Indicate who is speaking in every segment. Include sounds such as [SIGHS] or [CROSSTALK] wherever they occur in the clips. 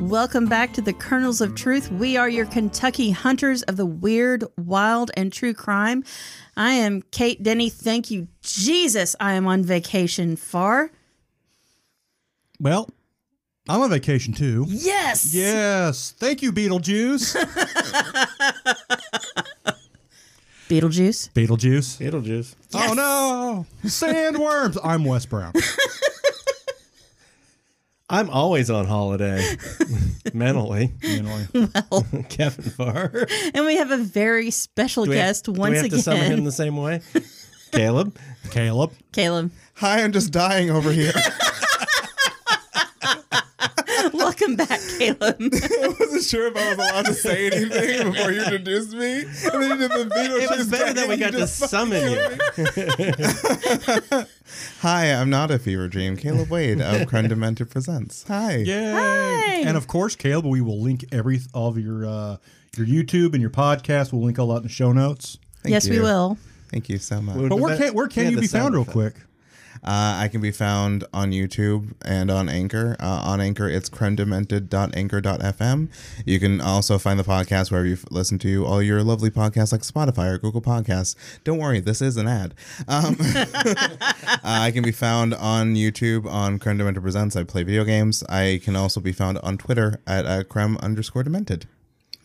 Speaker 1: Welcome back to the Kernels of Truth. We are your Kentucky hunters of the weird, wild, and true crime. I am Kate Denny. Thank you, Jesus. I am on vacation far.
Speaker 2: Well, I'm on vacation too.
Speaker 1: Yes.
Speaker 2: Yes. Thank you, Beetlejuice.
Speaker 1: Beetlejuice.
Speaker 2: Beetlejuice.
Speaker 3: Beetlejuice.
Speaker 2: Oh no. Sandworms. I'm Wes Brown.
Speaker 3: I'm always
Speaker 2: [LAUGHS]
Speaker 3: on holiday mentally.
Speaker 2: You know, like,
Speaker 3: [LAUGHS] Kevin Farr.
Speaker 1: And we have a very special guest
Speaker 3: have, do
Speaker 1: once
Speaker 3: we have
Speaker 1: again.
Speaker 3: to summon him the same way?
Speaker 2: [LAUGHS]
Speaker 3: Caleb.
Speaker 2: Caleb.
Speaker 1: Caleb, [LAUGHS]
Speaker 4: Hi, I'm just dying over here.
Speaker 2: [LAUGHS]
Speaker 1: welcome back,
Speaker 3: [LAUGHS]
Speaker 1: Caleb.
Speaker 4: I wasn't sure if I was allowed to say anything before you introduced me. And then you did the Beatles.
Speaker 3: [LAUGHS] It was better that we got to summon you.
Speaker 4: Hi, I'm not a fever dream. Caleb Wade [LAUGHS] of Crime Demented Presents.
Speaker 2: [LAUGHS]
Speaker 4: Hi.
Speaker 2: Yay. And of course, Caleb, we will link every all of your uh, your YouTube and your podcast. We'll link all that in the show notes.
Speaker 4: Thank
Speaker 1: yes, we
Speaker 4: you.
Speaker 1: will.
Speaker 4: Thank you so much.
Speaker 2: But where
Speaker 3: That-
Speaker 2: can where can
Speaker 3: yeah,
Speaker 2: you
Speaker 3: the
Speaker 2: be
Speaker 3: sound
Speaker 2: found real
Speaker 3: effect.
Speaker 2: quick?
Speaker 4: Uh, I can be found on YouTube and on Anchor. Uh, on Anchor, it's cremdemented.anchor.fm. You can also find the podcast wherever you listen to all your lovely podcasts like Spotify or Google Podcasts. Don't worry, this is an ad. Um, [LAUGHS] uh, I can be found on YouTube on Creme Demented Presents. I play video games. I can also be found on Twitter at uh, creme underscore demented.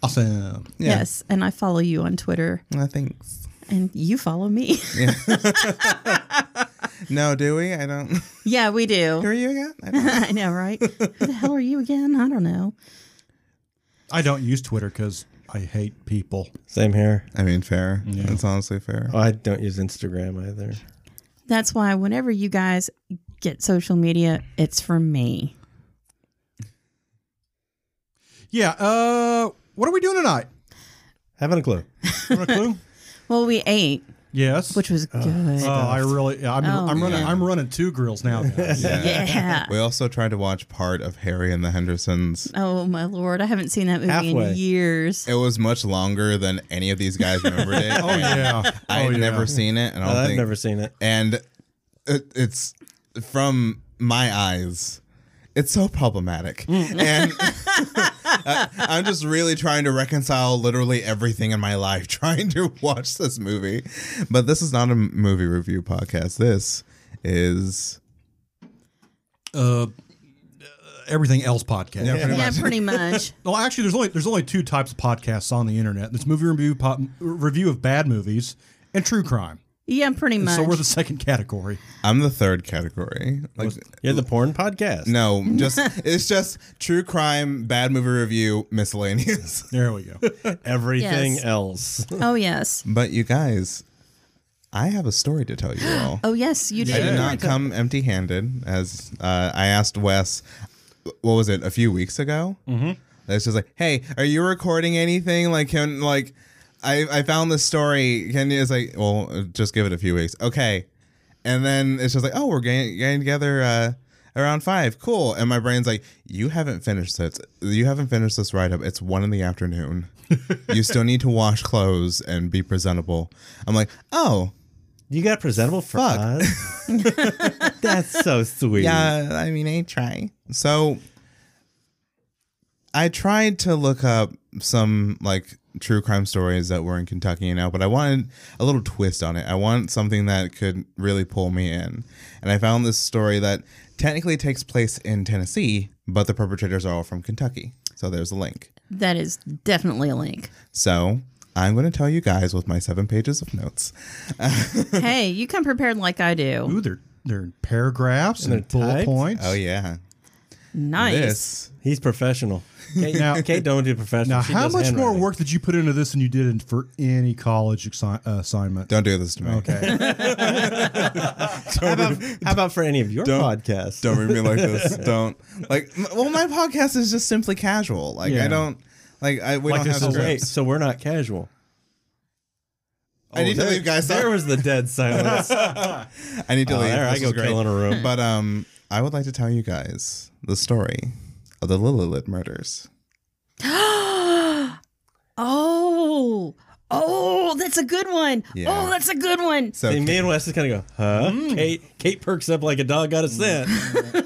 Speaker 2: Awesome.
Speaker 4: Yeah.
Speaker 1: Yes, and I follow you on Twitter,
Speaker 4: Uh, thanks.
Speaker 1: and you follow me.
Speaker 4: No, do we? I don't.
Speaker 1: [LAUGHS]
Speaker 4: [LAUGHS]
Speaker 1: yeah, we do.
Speaker 4: Who are you again? I
Speaker 1: [LAUGHS]
Speaker 4: don't.
Speaker 1: I know,
Speaker 3: [LAUGHS]
Speaker 1: right? Who the hell are you again? I don't know.
Speaker 2: I don't use Twitter because I hate people.
Speaker 3: Same here.
Speaker 4: I mean, fair. That's honestly fair.
Speaker 3: Oh, I don't use Instagram either.
Speaker 1: That's why whenever you guys get social media, it's from me.
Speaker 2: Yeah. Uh, what are we doing tonight?
Speaker 3: Haven't a clue.
Speaker 2: Want a clue?
Speaker 1: Well, we ate,
Speaker 2: yes.
Speaker 1: which was good.
Speaker 2: Oh, I really, I'm, I'm running, I'm running two grills now. guys.
Speaker 1: yeah.
Speaker 4: We also tried to watch part of Harry and the Hendersons.
Speaker 1: Oh my lord, I haven't seen that movie
Speaker 3: Halfway.
Speaker 1: in years.
Speaker 4: It was much longer than any of these guys remembered it.
Speaker 2: [LAUGHS] oh yeah,
Speaker 4: I
Speaker 2: oh,
Speaker 4: had
Speaker 2: yeah.
Speaker 4: never seen it, and I don't
Speaker 3: I've
Speaker 4: think.
Speaker 3: never seen it.
Speaker 4: and it, it's from my eyes. It's so problematic, and I, [LAUGHS] I'm just really trying to reconcile literally everything in my life [LAUGHS] trying to watch this movie. But this is not a movie review podcast. This is
Speaker 2: uh, everything else podcast.
Speaker 4: Yeah, pretty
Speaker 1: Yeah, pretty much.
Speaker 2: Well, actually, there's only there's only two types of podcasts on the internet. There's movie review po- review of bad movies and true crime.
Speaker 1: Yeah, pretty
Speaker 2: And
Speaker 1: much.
Speaker 2: so we're the second category.
Speaker 4: I'm the third category. Like
Speaker 3: You're the porn podcast.
Speaker 4: no, just it's just true crime, bad movie review, miscellaneous. [LAUGHS]
Speaker 2: There we go.
Speaker 3: Everything
Speaker 1: Yes.
Speaker 3: else.
Speaker 1: oh yes.
Speaker 4: But you guys, I have a story to tell you all.
Speaker 1: Oh yes, you did.
Speaker 4: I did
Speaker 2: Yeah.
Speaker 4: not come empty handed, as uh, I asked Wes, what was it, a few weeks ago? Mm-hmm. It's just like, hey, are you recording anything? Like, can, like, I, I found this story. Can you, it's like, well, uh, just give it a few weeks. Okay. And then it's just like, oh, we're getting, getting together uh, around five. Cool. And my brain's like, you haven't finished this. You haven't finished this write up. It's one in the afternoon. you still need to wash clothes and be presentable. I'm like, oh,
Speaker 3: You got presentable for
Speaker 4: Fuck.
Speaker 3: us?
Speaker 2: [LAUGHS]
Speaker 3: That's so sweet.
Speaker 4: Yeah, I mean, I try. So I tried to look up some like true crime stories that were in Kentucky you know, but I wanted a little twist on it. I want something that could really pull me in. And I found this story that technically takes place in Tennessee, but the perpetrators are all from Kentucky. So there's a link.
Speaker 1: That is definitely a link.
Speaker 4: So I'm going to tell you guys with my seven pages of notes.
Speaker 1: hey, you come prepared like I do.
Speaker 2: Ooh, they're they're paragraphs and,
Speaker 3: And they're
Speaker 2: bullet
Speaker 3: typed?
Speaker 2: points.
Speaker 4: Oh, yeah.
Speaker 1: Nice.
Speaker 4: This.
Speaker 3: He's professional.
Speaker 2: [LAUGHS]
Speaker 3: Kate, [LAUGHS]
Speaker 2: Now-
Speaker 3: Kate don't do professional.
Speaker 2: Now,
Speaker 3: She
Speaker 2: how
Speaker 3: does
Speaker 2: much more
Speaker 3: handwriting.
Speaker 2: work did you put into this than you did in, for any college assi- uh, assignment?
Speaker 4: Don't do this to me.
Speaker 2: Okay.
Speaker 3: How about, how about for any of your podcasts?
Speaker 4: don't read me
Speaker 3: [LAUGHS]
Speaker 4: like this. Don't like. m- Well, my podcast is just simply casual. Like
Speaker 2: Yeah.
Speaker 4: I don't like. I we
Speaker 2: Like
Speaker 4: don't
Speaker 2: this
Speaker 4: have
Speaker 2: is
Speaker 3: Wait,
Speaker 4: scripts.
Speaker 3: so we're not casual.
Speaker 4: I need to
Speaker 3: Oh, there-
Speaker 4: leave, guys.
Speaker 3: There was the dead [LAUGHS] silence.
Speaker 4: I need to
Speaker 3: Oh,
Speaker 4: leave.
Speaker 3: there I
Speaker 4: This
Speaker 3: go
Speaker 4: is great.
Speaker 3: killing a room.
Speaker 4: But um, I would like to tell you guys the story of the Lilith murders.
Speaker 1: [GASPS] Oh. Oh, that's a good one.
Speaker 4: Yeah.
Speaker 1: Oh, that's a good one.
Speaker 4: So
Speaker 3: And me and Wes just Mm. kind of go, huh? Kate, Kate perks up like a dog got a scent.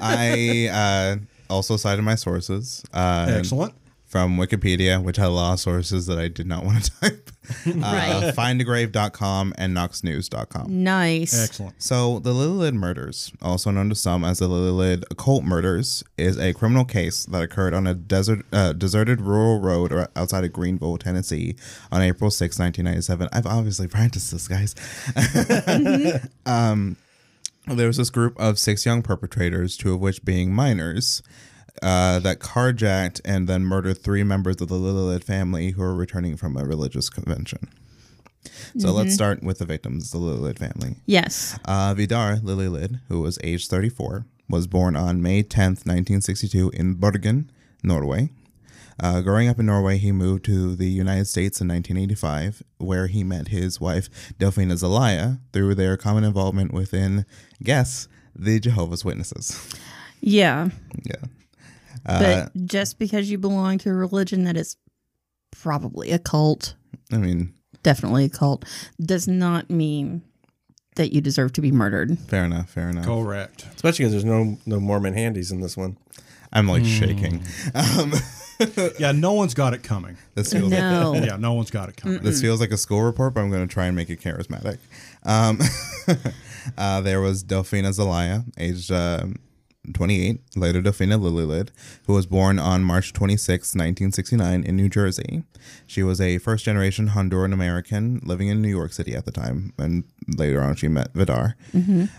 Speaker 4: [LAUGHS] I uh, also cited my sources. Uh,
Speaker 2: Excellent.
Speaker 4: From Wikipedia, which had a lot of sources that I did not want to [LAUGHS] type. Uh, findagrave.com and knoxnews.com.
Speaker 1: Nice.
Speaker 2: Excellent.
Speaker 4: So, the Lililid murders, also known to some as the Lililid occult murders, is a criminal case that occurred on a desert, uh, deserted rural road or outside of Greenville, Tennessee, on April 6, 1997. I've obviously practiced this, guys. [LAUGHS] Um, there was this group of six young perpetrators, two of which being minors, uh, that carjacked and then murdered three members of the Lilith family who were returning from a religious convention. So let's start with the victims, the Lilith family.
Speaker 1: Yes.
Speaker 4: Uh, Vidar Lililid, who was age 34, was born on May 10th, 1962, in Bergen, Norway. Uh, growing up in Norway, he moved to the United States in 1985, where he met his wife, Delphina Zelaya, through their common involvement within, guess, the Jehovah's Witnesses. [LAUGHS]
Speaker 1: Yeah.
Speaker 4: yeah. Uh,
Speaker 1: but just because you belong to a religion that is probably a cult,
Speaker 4: I mean,
Speaker 1: definitely a cult, does not mean that you deserve to be murdered.
Speaker 4: fair enough, fair enough.
Speaker 2: Correct.
Speaker 3: Especially because there's no no Mormon handies in this one.
Speaker 4: I'm like shaking. Um,
Speaker 2: Yeah, no one's got it coming.
Speaker 4: this feels like [LAUGHS]
Speaker 1: No.
Speaker 2: Yeah, no one's got it coming.
Speaker 4: This feels like a school report, but I'm going to try and make it charismatic. Um, [LAUGHS] uh, there was Delphina Zelaya, aged uh, 28, later Delphina Lililid, who was born on March 26, 1969, in New Jersey. She was a first generation Honduran American living in New York City at the time, and later on she met Vidar.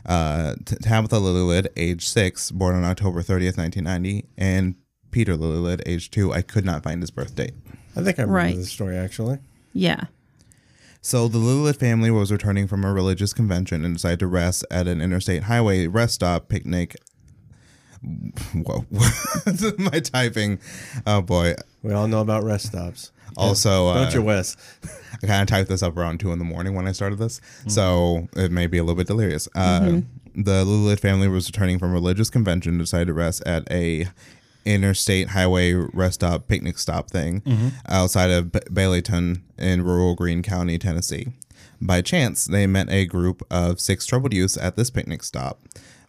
Speaker 4: Uh, T- Tabitha Lililid, age 6, born on October 30th, 1990, and Peter Lililid, age 2. I could not find his birth date.
Speaker 3: I think I remember
Speaker 1: Right.
Speaker 3: this story actually.
Speaker 1: Yeah.
Speaker 4: So the Lilith family was returning from a religious convention and decided to rest at an interstate highway rest stop picnic. Whoa, [LAUGHS] my typing. Oh boy.
Speaker 3: We all know about rest stops.
Speaker 4: Also, uh,
Speaker 3: Don't you, Wes?
Speaker 4: I kind of typed this up around two in the morning when I started this, so it may be a little bit delirious. Uh, The Lilith family was returning from a religious convention, and decided to rest at a interstate highway rest stop picnic stop thing outside of B- Baileyton in rural Greene County, Tennessee. By chance, they met a group of six troubled youths at this picnic stop,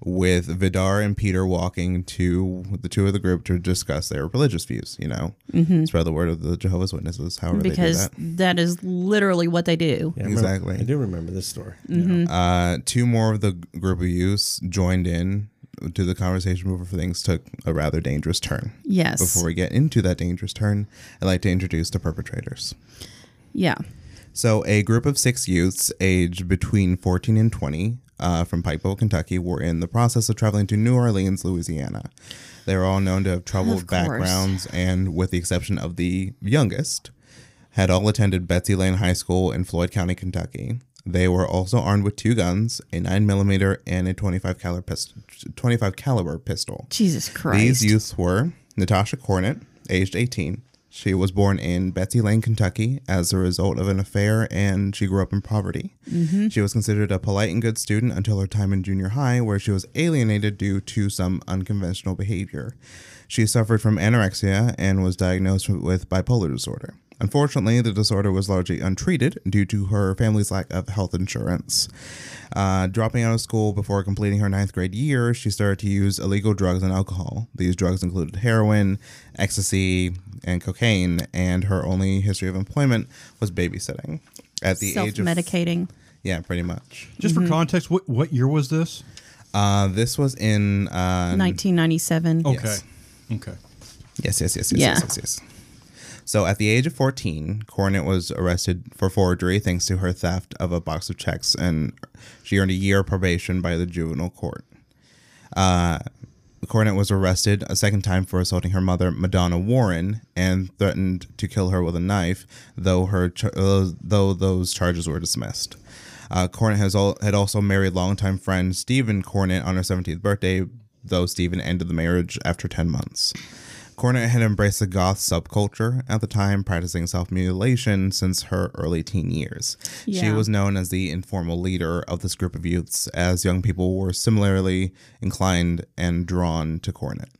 Speaker 4: with Vidar and Peter walking to the two of the group to discuss their religious views. You know, spread the word of the Jehovah's Witnesses. However, they do
Speaker 1: Because
Speaker 4: that.
Speaker 1: that is literally what they do.
Speaker 3: Yeah, I remember-
Speaker 4: exactly.
Speaker 3: I do remember this story.
Speaker 4: Uh, two more of the g- group of youths joined in to the conversation before things took a rather dangerous turn.
Speaker 1: Yes.
Speaker 4: Before we get into that dangerous turn, I'd like to introduce the perpetrators.
Speaker 1: Yeah.
Speaker 4: So, a group of six youths aged between 14 and 20 uh, from Pikeville, Kentucky, were in the process of traveling to New Orleans, Louisiana. They were all known to have troubled
Speaker 1: Of course.
Speaker 4: backgrounds, and with the exception of the youngest, had all attended Betsy Lane High School in Floyd County, Kentucky. They were also armed with two guns, a 9mm and a 25 caliber, pist- 25 caliber pistol.
Speaker 1: Jesus Christ.
Speaker 4: These youths were Natasha Cornett, aged 18. She was born in Betsy Lane, Kentucky, as a result of an affair, and she grew up in poverty. She was considered a polite and good student until her time in junior high, where she was alienated due to some unconventional behavior. She suffered from anorexia and was diagnosed with bipolar disorder. Unfortunately, the disorder was largely untreated due to her family's lack of health insurance. Uh, dropping out of school before completing her ninth grade year, she started to use illegal drugs and alcohol. These drugs included heroin, ecstasy, and cocaine, and her only history of employment was babysitting. At the age of
Speaker 1: Self-medicating.
Speaker 4: yeah, pretty much.
Speaker 2: Just for context, what what year was this?
Speaker 4: Uh, this was in uh,
Speaker 1: 1997.
Speaker 2: Okay.
Speaker 4: Yes.
Speaker 2: Okay.
Speaker 4: Yes, yes, yes, yes,
Speaker 1: Yeah.
Speaker 4: yes, yes, yes. So at the age of 14, Cornet was arrested for forgery thanks to her theft of a box of checks, and she earned a year probation by the juvenile court. Uh, Cornet was arrested a second time for assaulting her mother, Madonna Warren, and threatened to kill her with a knife, though her ch- uh, though those charges were dismissed. Uh, Cornet has all, had also married longtime friend Stephen Cornet on her 17th birthday, though Stephen ended the marriage after 10 months. Cornet had embraced the goth subculture at the time, practicing self mutilation since her early teen years. She
Speaker 1: Yeah.
Speaker 4: was known as the informal leader of this group of youths, as young people were similarly inclined and drawn to Cornet.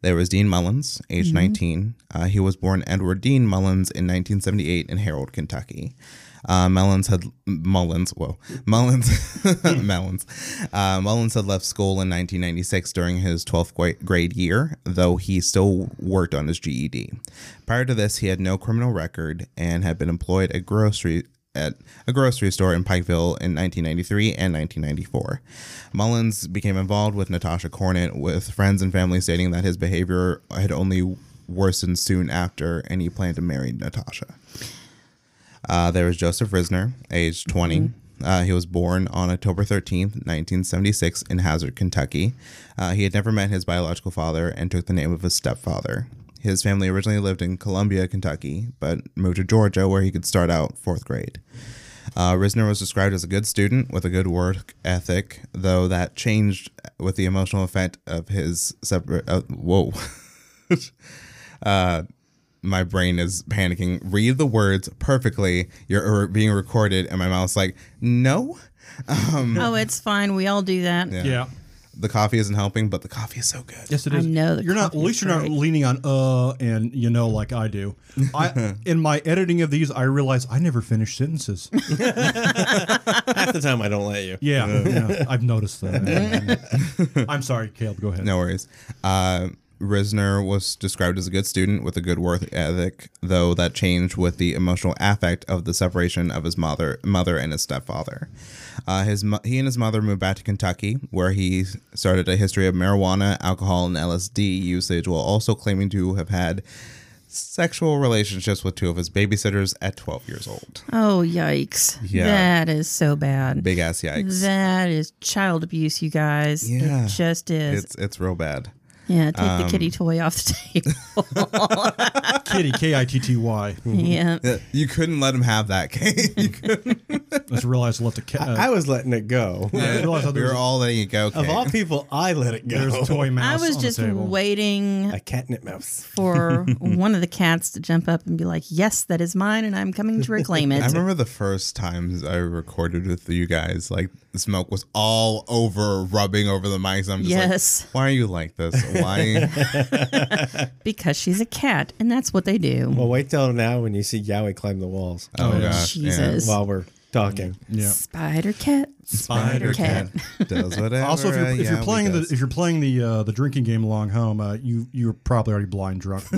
Speaker 4: There was Dean Mullins, age 19. Uh, he was born Edward Dean Mullins in 1978 in Harold, Kentucky. Uh, Mullins had Mullins. Whoa, [LAUGHS] Mullins, [LAUGHS] Mullins. Uh, Mullins had left school in 1996 during his 12th gra- grade year, though he still worked on his GED. Prior to this, he had no criminal record and had been employed at grocery at a grocery store in Pikeville in 1993 and 1994. Mullins became involved with Natasha Cornett, with friends and family stating that his behavior had only worsened soon after, and he planned to marry Natasha. Uh, there was Joseph Risner, age 20. Uh, he was born on October 13th, 1976, in Hazard, Kentucky. Uh, he had never met his biological father and took the name of his stepfather. His family originally lived in Columbia, Kentucky, but moved to Georgia where he could start out fourth grade. Uh, Risner was described as a good student with a good work ethic, though that changed with the emotional effect of his separate. Uh, whoa. uh, my brain is panicking. Read the words perfectly. You're er, being recorded, and my mouth's like, no.
Speaker 1: Oh, it's fine. We all do that.
Speaker 2: Yeah.
Speaker 4: The coffee isn't helping, but the coffee is so good.
Speaker 2: Yes, it
Speaker 1: I
Speaker 2: is.
Speaker 1: know the
Speaker 2: you're not. At
Speaker 1: coffee's
Speaker 2: least you're not
Speaker 1: great.
Speaker 2: leaning on uh and you know like I do. [LAUGHS] I in my editing of these, I realize I never finish sentences.
Speaker 3: Half the time I don't let you.
Speaker 2: [LAUGHS] Yeah, yeah, I've noticed that. [LAUGHS] I'm sorry, Caleb. Go ahead.
Speaker 4: No worries. Uh, Risner was described as a good student with a good work ethic, though that changed with the emotional affect of the separation of his mother, mother and his stepfather. Uh, his mo- he and his mother moved back to Kentucky, where he started a history of marijuana, alcohol, and LSD usage, while also claiming to have had sexual relationships with two of his babysitters at 12 years old.
Speaker 1: Oh, yikes.
Speaker 4: Yeah.
Speaker 1: That is so bad.
Speaker 4: Big ass yikes!
Speaker 1: That is child abuse, you guys.
Speaker 4: Yeah.
Speaker 1: It just is.
Speaker 4: It's um, it's real bad.
Speaker 1: yeah, take the kitty toy off the
Speaker 4: [LAUGHS]
Speaker 1: table.
Speaker 2: Kitty, K I T T Y.
Speaker 1: yeah.
Speaker 4: Uh, You couldn't let him have that [LAUGHS] cake. You couldn't.
Speaker 2: Let's realize I left a cat. Uh,
Speaker 3: I was letting it [LAUGHS] go.
Speaker 2: I realized
Speaker 4: we
Speaker 2: there was,
Speaker 4: were all letting it go.
Speaker 3: Of
Speaker 4: Kate.
Speaker 3: all people, I let it go.
Speaker 2: there was a [LAUGHS] toy
Speaker 1: I
Speaker 2: mouse.
Speaker 1: was
Speaker 2: on
Speaker 1: just
Speaker 2: the table.
Speaker 1: waiting
Speaker 3: [LAUGHS] a catnip mouse.
Speaker 1: for one of the cats to jump up and be like, "Yes, that is mine, and I'm coming to reclaim
Speaker 4: I
Speaker 1: it."
Speaker 4: remember the first times I recorded with you guys, like the smoke was all over rubbing over the mics. I'm just
Speaker 1: Yes.
Speaker 4: like, why are you like
Speaker 2: [LAUGHS]
Speaker 4: this? [LAUGHS] Why?
Speaker 1: because she's a cat, and that's what they do.
Speaker 3: Well, wait till now when you see Yowie climb the walls
Speaker 4: oh
Speaker 1: Jesus.
Speaker 3: while we're talking.
Speaker 2: Yeah.
Speaker 1: Spider cat, spider, cat.
Speaker 4: yeah. Does whatever.
Speaker 2: [LAUGHS] Also, if you're,
Speaker 4: uh,
Speaker 2: if you're
Speaker 4: Yowie
Speaker 2: playing the
Speaker 4: does.
Speaker 2: if you're playing the uh, the drinking game along home, uh, you you're probably already blind drunk. [LAUGHS]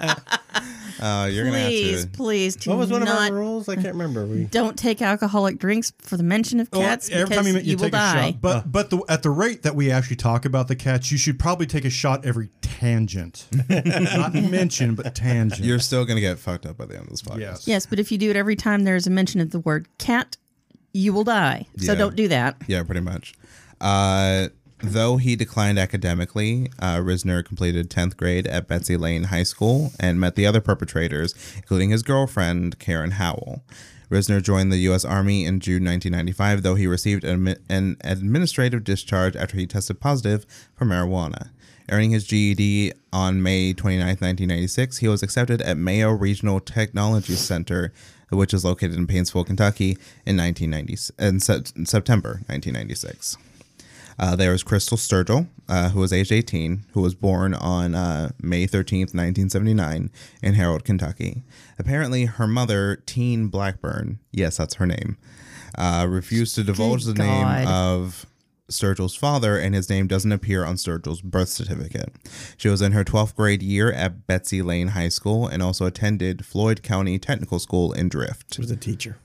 Speaker 4: uh, you're gonna
Speaker 1: Please,
Speaker 4: have to.
Speaker 1: please do
Speaker 3: What was one of
Speaker 1: not.
Speaker 3: our rules? I can't remember. We
Speaker 1: Don't take alcoholic drinks for the mention of cats
Speaker 2: Well,
Speaker 1: because you, will die.
Speaker 2: But but the, at the rate that we actually talk about the cats, you should probably take a shot every
Speaker 1: [LAUGHS]
Speaker 2: tangent, not mention, but tangent.
Speaker 4: You're still gonna get fucked up by the end of this podcast.
Speaker 2: yes.
Speaker 1: Yes, but if you do it every time there's a mention of the word cat, you will die. So
Speaker 4: Yeah.
Speaker 1: don't do that.
Speaker 4: Yeah, pretty much. Uh, though he declined academically, uh, Risner completed 10th grade at Betsy Lane High School and met the other perpetrators, including his girlfriend, Karen Howell. Risner joined the U.S. Army in June 1995, though he received an, an administrative discharge after he tested positive for marijuana. Earning his GED on May 29, 1996, he was accepted at Mayo Regional Technology Center, which is located in Paintsville, Kentucky, in 1990 in, Sep- in September 1996. Uh, there was Crystal Sturgill, uh, who was age 18, who was born on uh, May 13th, 1979, in Harold, Kentucky. Apparently, her mother, Teen Blackburn, yes, that's her name, uh, refused to divulge
Speaker 1: Good
Speaker 4: the name
Speaker 1: God.
Speaker 4: of Sturgill's father, and his name doesn't appear on Sturgill's birth certificate. She was in her 12th grade year at Betsy Lane High School and also attended Floyd County Technical School in Drift
Speaker 3: was a teacher.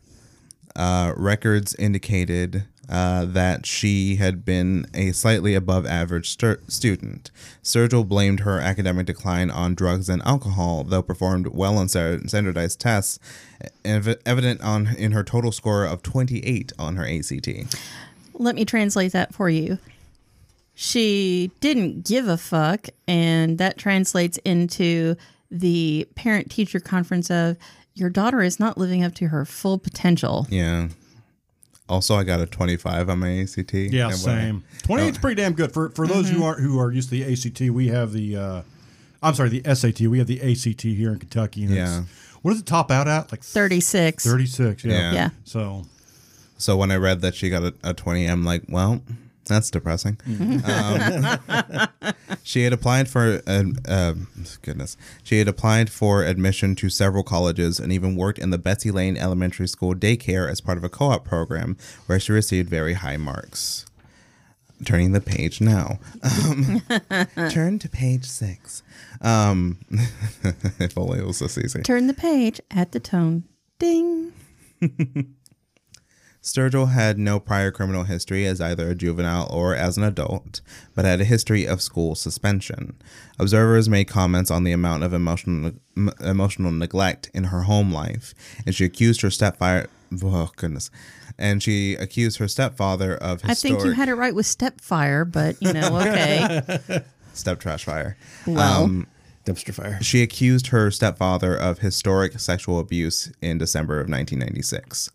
Speaker 4: uh, records indicated uh, that she had been a slightly above average stur- student. Sergil blamed her academic decline on drugs and alcohol, though performed well on sta- standardized tests, ev- evident on in her total score of 28 on her ACT.
Speaker 1: Let me translate that for you. She didn't give a fuck, and that translates into the parent teacher conference of your daughter is not living up to her full potential.
Speaker 4: Yeah. Also, I got a 25 on my ACT.
Speaker 2: Yeah,
Speaker 4: And when I-
Speaker 2: same. Twenty eight's pretty damn good for for those
Speaker 1: Mm-hmm.
Speaker 2: who aren't who are used to the ACT. We have the, uh, I'm sorry, the SAT. We have the ACT here in Kentucky. And it's-
Speaker 4: Yeah.
Speaker 2: what does it top out at? Like
Speaker 1: 36.
Speaker 2: thirty six. Yeah.
Speaker 4: Yeah.
Speaker 1: Yeah.
Speaker 2: So
Speaker 4: So when I read that she got a, a 20, I'm like, well, that's depressing. um, [LAUGHS] She had applied for um, um, goodness. She had applied for admission to several colleges and even worked in the Betsy Lane Elementary School daycare as part of a co-op program where she received very high marks. Turning the page now. Um, turn to page six. Um, [LAUGHS] if only it was this easy.
Speaker 1: Turn the page at the tone. Ding.
Speaker 4: Sturgill had no prior criminal history as either a juvenile or as an adult, but had a history of school suspension. Observers made comments on the amount of emotional m- emotional neglect in her home life, and she accused her stepfather. Oh goodness, and she accused her stepfather of
Speaker 1: I
Speaker 4: historic
Speaker 1: think you had it right with Stepfire, but you know,
Speaker 2: [LAUGHS]
Speaker 1: okay.
Speaker 4: step trash fire.
Speaker 1: Well,
Speaker 3: Dumpster fire.
Speaker 4: She accused her stepfather of historic sexual abuse in December of 1996.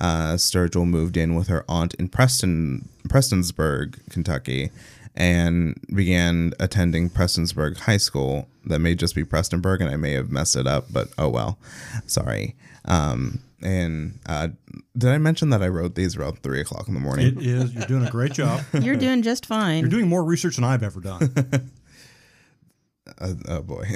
Speaker 4: Uh, Sturgill moved in with her aunt in Preston, Prestonsburg, Kentucky, and began attending Prestonsburg High School. That may just be Prestonburg, and I may have messed it up, but oh well. Sorry. Um, and uh, did I mention that I wrote these around three o'clock in the morning?
Speaker 2: It is. You're doing a great job.
Speaker 4: [LAUGHS]
Speaker 1: you're doing just
Speaker 2: You're
Speaker 1: fine.
Speaker 2: doing more research than I've ever done.
Speaker 4: Uh, oh boy.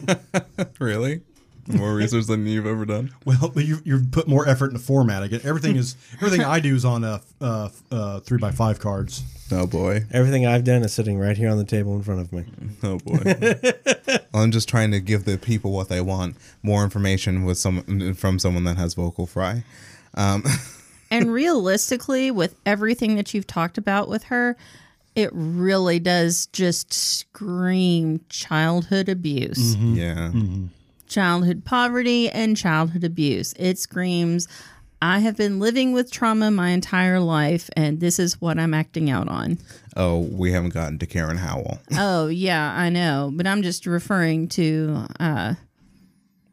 Speaker 4: [LAUGHS] really? More research than you've ever done?
Speaker 2: Well, but you, you've put more effort into formatting it.
Speaker 1: [LAUGHS]
Speaker 2: Everything is everything I do is on uh, uh, uh, three by five cards.
Speaker 4: Oh boy.
Speaker 3: Everything I've done is sitting right here on the table in front of me.
Speaker 1: Mm-hmm.
Speaker 4: Oh boy. I'm just trying to give the people what they want. More information with some from someone that has vocal fry.
Speaker 1: And realistically, with everything that you've talked about with her, it really does just scream childhood abuse,
Speaker 4: Yeah.
Speaker 1: childhood poverty, and childhood abuse. It screams, I have been living with trauma my entire life, and this is what I'm acting out on.
Speaker 4: Oh, we haven't gotten to Karen Howell.
Speaker 1: Oh yeah, I know, but I'm just referring to uh,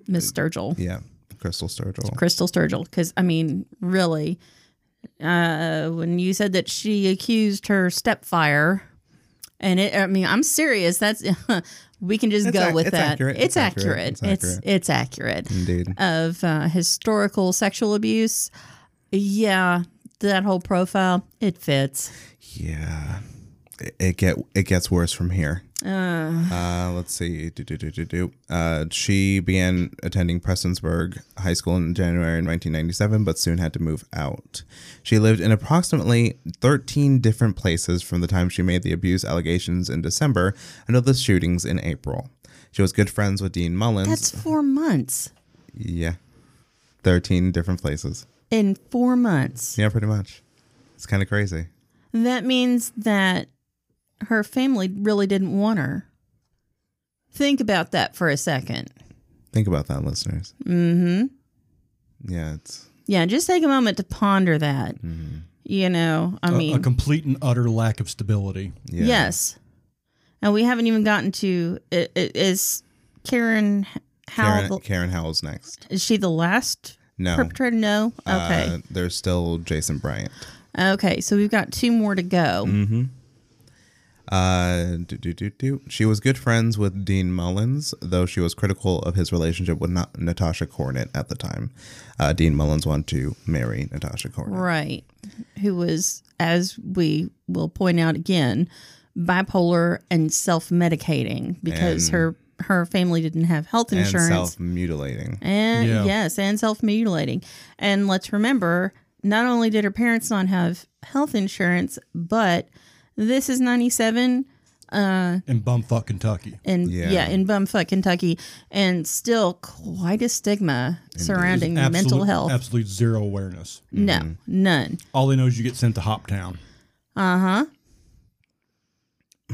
Speaker 1: Miss Sturgill,
Speaker 4: Yeah. Crystal Sturgill.
Speaker 1: Crystal Sturgill, because I mean, really, uh, when you said that she accused her stepfire, and it, I mean, I'm serious. That's [LAUGHS] we can just
Speaker 4: It's
Speaker 1: go
Speaker 4: ac-
Speaker 1: with
Speaker 4: it's
Speaker 1: that.
Speaker 4: accurate.
Speaker 1: It's,
Speaker 4: It's accurate.
Speaker 1: accurate.
Speaker 4: It's
Speaker 1: It's it's accurate
Speaker 4: Indeed.
Speaker 1: of uh, historical sexual abuse. Yeah, that whole profile it fits.
Speaker 4: Yeah. It, it get it gets worse from here. Uh, let's see. Do, do, do, do, do. Uh, she began attending Prestonsburg High School in January 1997, but soon had to move out. She lived in approximately 13 different places from the time she made the abuse allegations in December until the shootings in April. She was good friends with Dean Mullins.
Speaker 1: That's four months.
Speaker 4: yeah, 13 different places.
Speaker 1: In four months.
Speaker 4: Yeah, pretty much. It's kind of crazy.
Speaker 1: That means that her family really didn't want her. Think about that for a second.
Speaker 4: Think about that, listeners. Mm-hmm. Yeah, it's
Speaker 1: Yeah, just take a moment to ponder that.
Speaker 4: Mm-hmm.
Speaker 1: You know, I
Speaker 2: A-
Speaker 1: mean,
Speaker 2: a complete and utter lack of stability.
Speaker 4: Uh, yeah.
Speaker 1: yes. And we haven't even gotten to i- i- is Karen Howell?
Speaker 4: Karen, Karen Howell's next.
Speaker 1: is she the last
Speaker 4: No.
Speaker 1: perpetrator? No.
Speaker 4: Uh,
Speaker 1: Okay.
Speaker 4: there's still Jason Bryant.
Speaker 1: okay. So we've got two more to go.
Speaker 4: Uh, do, do, do, do. She was good friends with Dean Mullins, though she was critical of his relationship with Na- Natasha Cornett at the time. Uh, Dean Mullins wanted to marry Natasha Cornett.
Speaker 1: Right. Who was, as we will point out again, bipolar and self medicating because
Speaker 4: And-
Speaker 1: her her family didn't have health
Speaker 4: And
Speaker 1: insurance.
Speaker 4: self mutilating.
Speaker 1: And
Speaker 2: Yeah.
Speaker 1: yes, and self mutilating. And let's remember, not only did her parents not have health insurance, but this is ninety seven
Speaker 2: in bumfuck Kentucky.
Speaker 1: and
Speaker 4: Yeah.
Speaker 1: yeah. in bumfuck Kentucky and still quite a stigma surrounding mental
Speaker 2: Absolute-
Speaker 1: health.
Speaker 2: Absolute zero awareness.
Speaker 1: No, none.
Speaker 2: All they know is you get sent to Hoptown.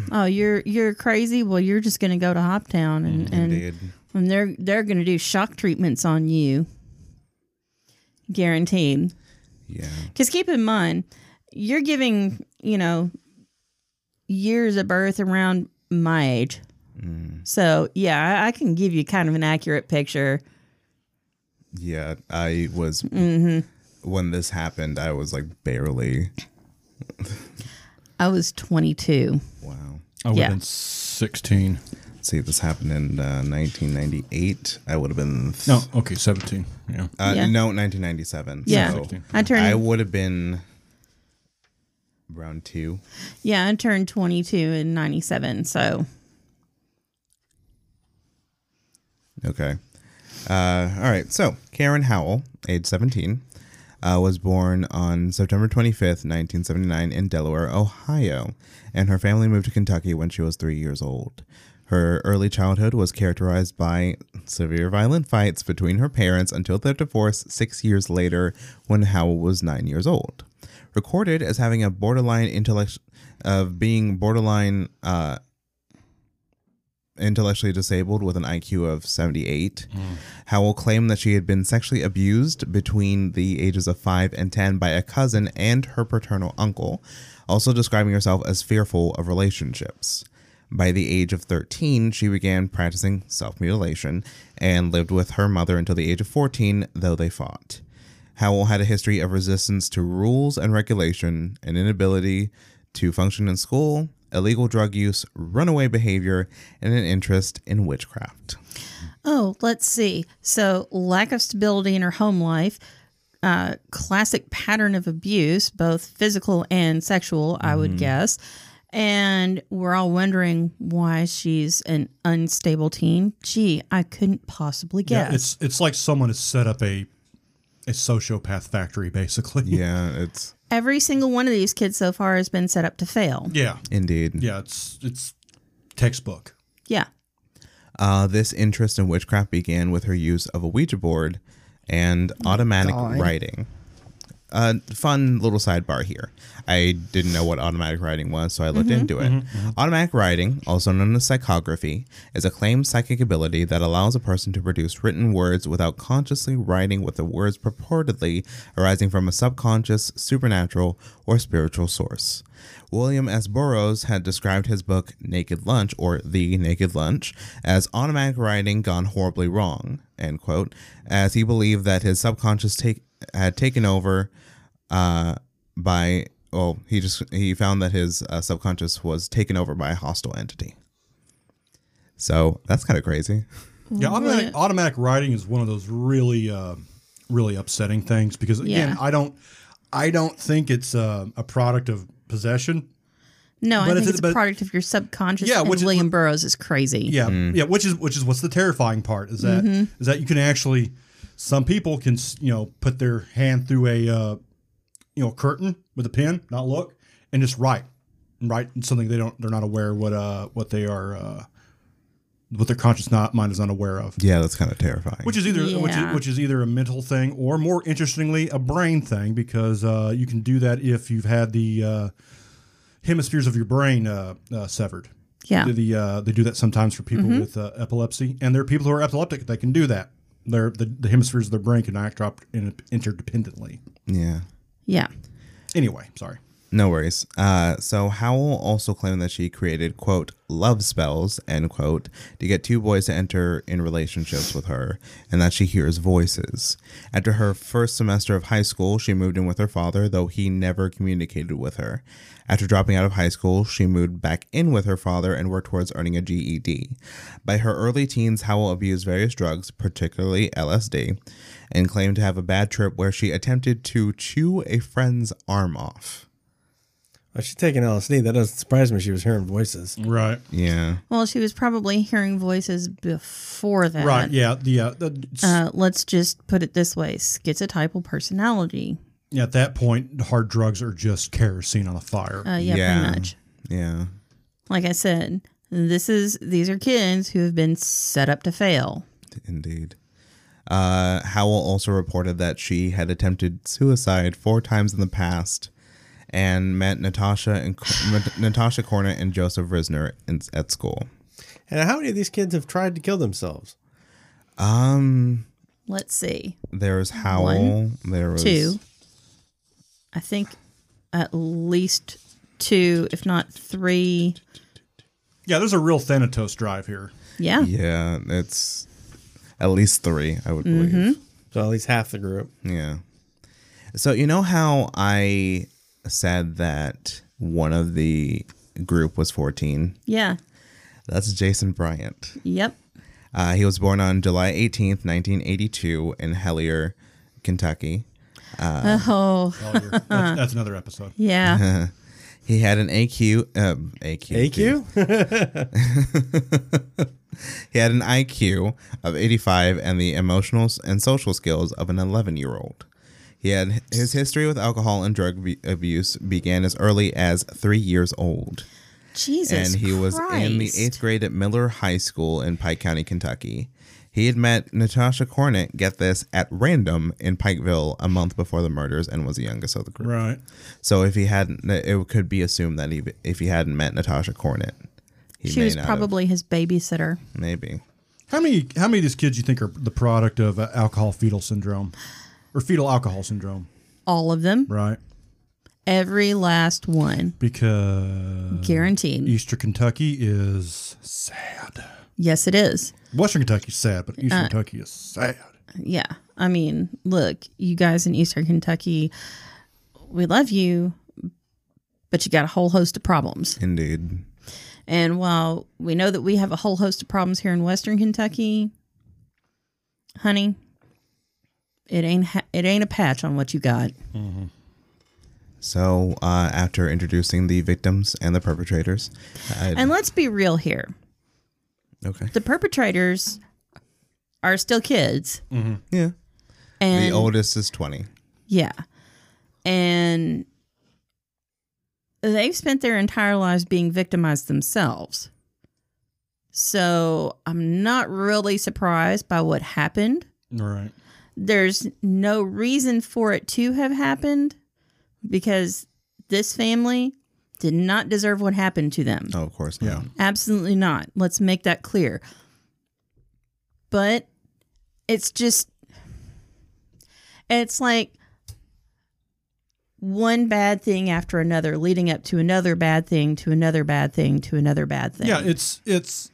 Speaker 1: Oh, you're you're crazy. Well, you're just going to go to Hoptown and and,
Speaker 4: Indeed.
Speaker 1: and they're they're going to do shock treatments on you. Guaranteed.
Speaker 4: Yeah.
Speaker 1: Cuz keep in mind, you're giving, you know, years of birth around my age. So, yeah, I, I can give you kind of an accurate picture.
Speaker 4: Yeah. I was,
Speaker 1: Mm-hmm.
Speaker 4: when this happened, I was like barely,
Speaker 1: I was 22.
Speaker 4: wow.
Speaker 2: I would
Speaker 1: Yeah.
Speaker 2: have been 16.
Speaker 4: Let's see if this happened in uh, 1998. I would have been. th-
Speaker 2: No, okay, 17. Yeah.
Speaker 4: Uh,
Speaker 1: Yeah.
Speaker 4: No, 1997.
Speaker 1: Yeah.
Speaker 4: So
Speaker 1: I turned
Speaker 4: I would have been round two.
Speaker 1: Yeah, I turned 22 in 97. So
Speaker 4: Okay. Uh, all right. So Karen Howell, age 17, uh, was born on September 25th, 1979, in Delaware, Ohio, and her family moved to Kentucky when she was three years old. Her early childhood was characterized by severe violent fights between her parents until their divorce six years later when Howell was nine years old. Recorded as having a borderline intellect of being borderline uh, intellectually disabled with an IQ of 78. Howell claimed that she had been sexually abused between the ages of 5 and 10 by a cousin and her paternal uncle, also describing herself as fearful of relationships. By the age of 13, she began practicing self mutilation and lived with her mother until the age of 14, though they fought. Howell had a history of resistance to rules and regulation, an inability to function in school, illegal drug use, runaway behavior, and an interest in witchcraft.
Speaker 1: Oh, let's see. So, lack of stability in her home life, uh, classic pattern of abuse, both physical and sexual, I
Speaker 2: Mm-hmm.
Speaker 1: would guess. And we're all wondering why she's an unstable teen. Gee, I couldn't possibly guess.
Speaker 2: it's it's like someone has set up a a sociopath factory, basically.
Speaker 4: Yeah, it's
Speaker 1: Every single one of these kids so far has been set up to fail.
Speaker 2: [LAUGHS] yeah,
Speaker 4: indeed.
Speaker 2: yeah. It's it's textbook.
Speaker 1: Yeah.
Speaker 4: Uh, this interest in witchcraft began with her use of a Ouija board and automatic writing. Uh, fun little sidebar here. I didn't know what automatic writing was, so I looked into it. Automatic writing, also known as psychography, is a claimed psychic ability that allows a person to produce written words without consciously writing with the words purportedly arising from a subconscious, supernatural, or spiritual source. William S. Burroughs had described his book Naked Lunch, or The Naked Lunch, as automatic writing gone horribly wrong, end quote, as he believed that his subconscious take, had taken over uh, by, well, he just, he found that his uh, subconscious was taken over by a hostile entity. So that's kind of crazy.
Speaker 2: Yeah, automatic, automatic writing is one of those really, uh, really upsetting things because again,
Speaker 1: Yeah.
Speaker 2: I don't, I don't think it's uh, a product of possession.
Speaker 1: No, I
Speaker 2: But
Speaker 1: think
Speaker 2: it's-
Speaker 1: it's a
Speaker 2: but-
Speaker 1: product of your subconscious.
Speaker 2: Yeah,
Speaker 1: and
Speaker 2: which is-
Speaker 1: William Burroughs is crazy.
Speaker 2: Yeah, yeah. Which is which is what's the terrifying part is that is that you can actually, some people can s- you know put their hand through a, uh, you know, curtain with a pen, not look, and just write, and write something they don't, they're not aware what uh what they are, uh, what their conscious not mind is not aware of.
Speaker 4: Yeah, that's kind of terrifying.
Speaker 2: Which is either which,
Speaker 1: Yeah.
Speaker 2: is, which is either a mental thing or more interestingly a brain thing because uh, you can do that if you've had the uh, hemispheres of your brain uh, uh, severed.
Speaker 1: Yeah. Mm-hmm.
Speaker 2: The, the, uh, they do that sometimes for people with uh, epilepsy, and there are people who are epileptic that can do that. Their the, the hemispheres of their brain can act up in, interdependently.
Speaker 4: yeah.
Speaker 1: Yeah.
Speaker 2: Anyway, sorry.
Speaker 4: No worries. Uh, so Howell also claimed that she created quote love spells end quote to get two boys to enter in relationships with her, and that she hears voices. After her first semester of high school, she moved in with her father, though he never communicated with her. After dropping out of high school, she moved back in with her father and worked towards earning a GED. By her early teens, Howell abused various drugs, particularly LSD, and claimed to have a bad trip where she attempted to chew a friend's arm off.
Speaker 3: Well, she's taking LSD. That doesn't surprise me. She was hearing voices.
Speaker 2: Right.
Speaker 4: Yeah.
Speaker 1: Well, she was probably hearing voices before that.
Speaker 2: Right. Yeah. The, uh, the
Speaker 1: Uh, let's just put it this way schizotypal personality.
Speaker 2: yeah, at that point, hard drugs are just kerosene on a fire.
Speaker 1: Uh, yeah,
Speaker 4: Yeah.
Speaker 1: pretty much.
Speaker 4: Yeah.
Speaker 1: Like I said, this is these are kids who have been set up to fail.
Speaker 4: Indeed. Uh, Howell also reported that she had attempted suicide four times in the past and met Natasha and Natasha Cornet and Joseph Risner in, at school.
Speaker 3: And how many of these kids have tried to kill themselves?
Speaker 4: Um,
Speaker 1: Let's see.
Speaker 4: there was Howell. there was
Speaker 1: Two. I think at least two, if not three.
Speaker 2: yeah, there's a real Thanatos drive
Speaker 1: [LAUGHS]
Speaker 2: here.
Speaker 1: Yeah.
Speaker 4: [LAUGHS] Yeah, it's at least three, I would believe.
Speaker 3: So at least half the group.
Speaker 4: Yeah. So you know how I said that one of the group was fourteen.
Speaker 1: Yeah.
Speaker 4: That's Jason Bryant.
Speaker 1: Yep.
Speaker 4: Uh, he was born on July 18th, 1982, in Hellier, Kentucky.
Speaker 1: oh,
Speaker 4: Uh-huh.
Speaker 2: Failure. that's, that's another episode.
Speaker 1: yeah.
Speaker 4: He had an AQ, um, AQ,
Speaker 3: AQ?
Speaker 4: He had an IQ of 85 and the emotional s- and social skills of an 11 year old. He had his history with alcohol and drug be- abuse began as early as three years old,
Speaker 1: Jesus.
Speaker 4: and he was in the
Speaker 1: Christ.
Speaker 4: eighth grade at Miller High School in Pike County, Kentucky. He had met Natasha Cornett, get this, at random in Pikeville a month before the murders, and was the youngest of the group.
Speaker 2: Right.
Speaker 4: So if he hadn't, it could be assumed that he, if he hadn't met Natasha Cornett, he
Speaker 1: She
Speaker 4: may
Speaker 1: was
Speaker 4: not
Speaker 1: probably his babysitter.
Speaker 4: have, maybe.
Speaker 2: How many how many of these kids you think are the product of uh, alcohol fetal syndrome or fetal alcohol syndrome?
Speaker 1: All of them.
Speaker 2: Right.
Speaker 1: Every last one.
Speaker 2: Because
Speaker 1: Guaranteed.
Speaker 2: Eastern Kentucky is sad.
Speaker 1: yes, it is.
Speaker 2: Western Kentucky's sad, but
Speaker 1: Uh,
Speaker 2: Eastern Kentucky is sad.
Speaker 1: Yeah. I mean, look, you guys in Eastern Kentucky, we love you, but you got a whole host of problems.
Speaker 4: Indeed.
Speaker 1: And while we know that we have a whole host of problems here in Western Kentucky, honey, it ain't ha- it ain't a patch on what you got.
Speaker 4: So, uh, after introducing the victims and the perpetrators, I,
Speaker 1: And let's be real here.
Speaker 4: okay,
Speaker 1: The perpetrators are still kids.
Speaker 4: yeah,
Speaker 1: And
Speaker 4: the oldest is twenty.
Speaker 1: Yeah. And they've spent their entire lives being victimized themselves. So I'm not really surprised by what happened.
Speaker 2: Right.
Speaker 1: There's no reason for it to have happened because this family did not deserve what happened to them.
Speaker 4: Oh, of course, yeah.
Speaker 1: Absolutely not. Let's make that clear. But it's just, it's like one bad thing after another, leading up to another bad thing, to another bad thing, to another bad thing.
Speaker 2: Yeah, it's it's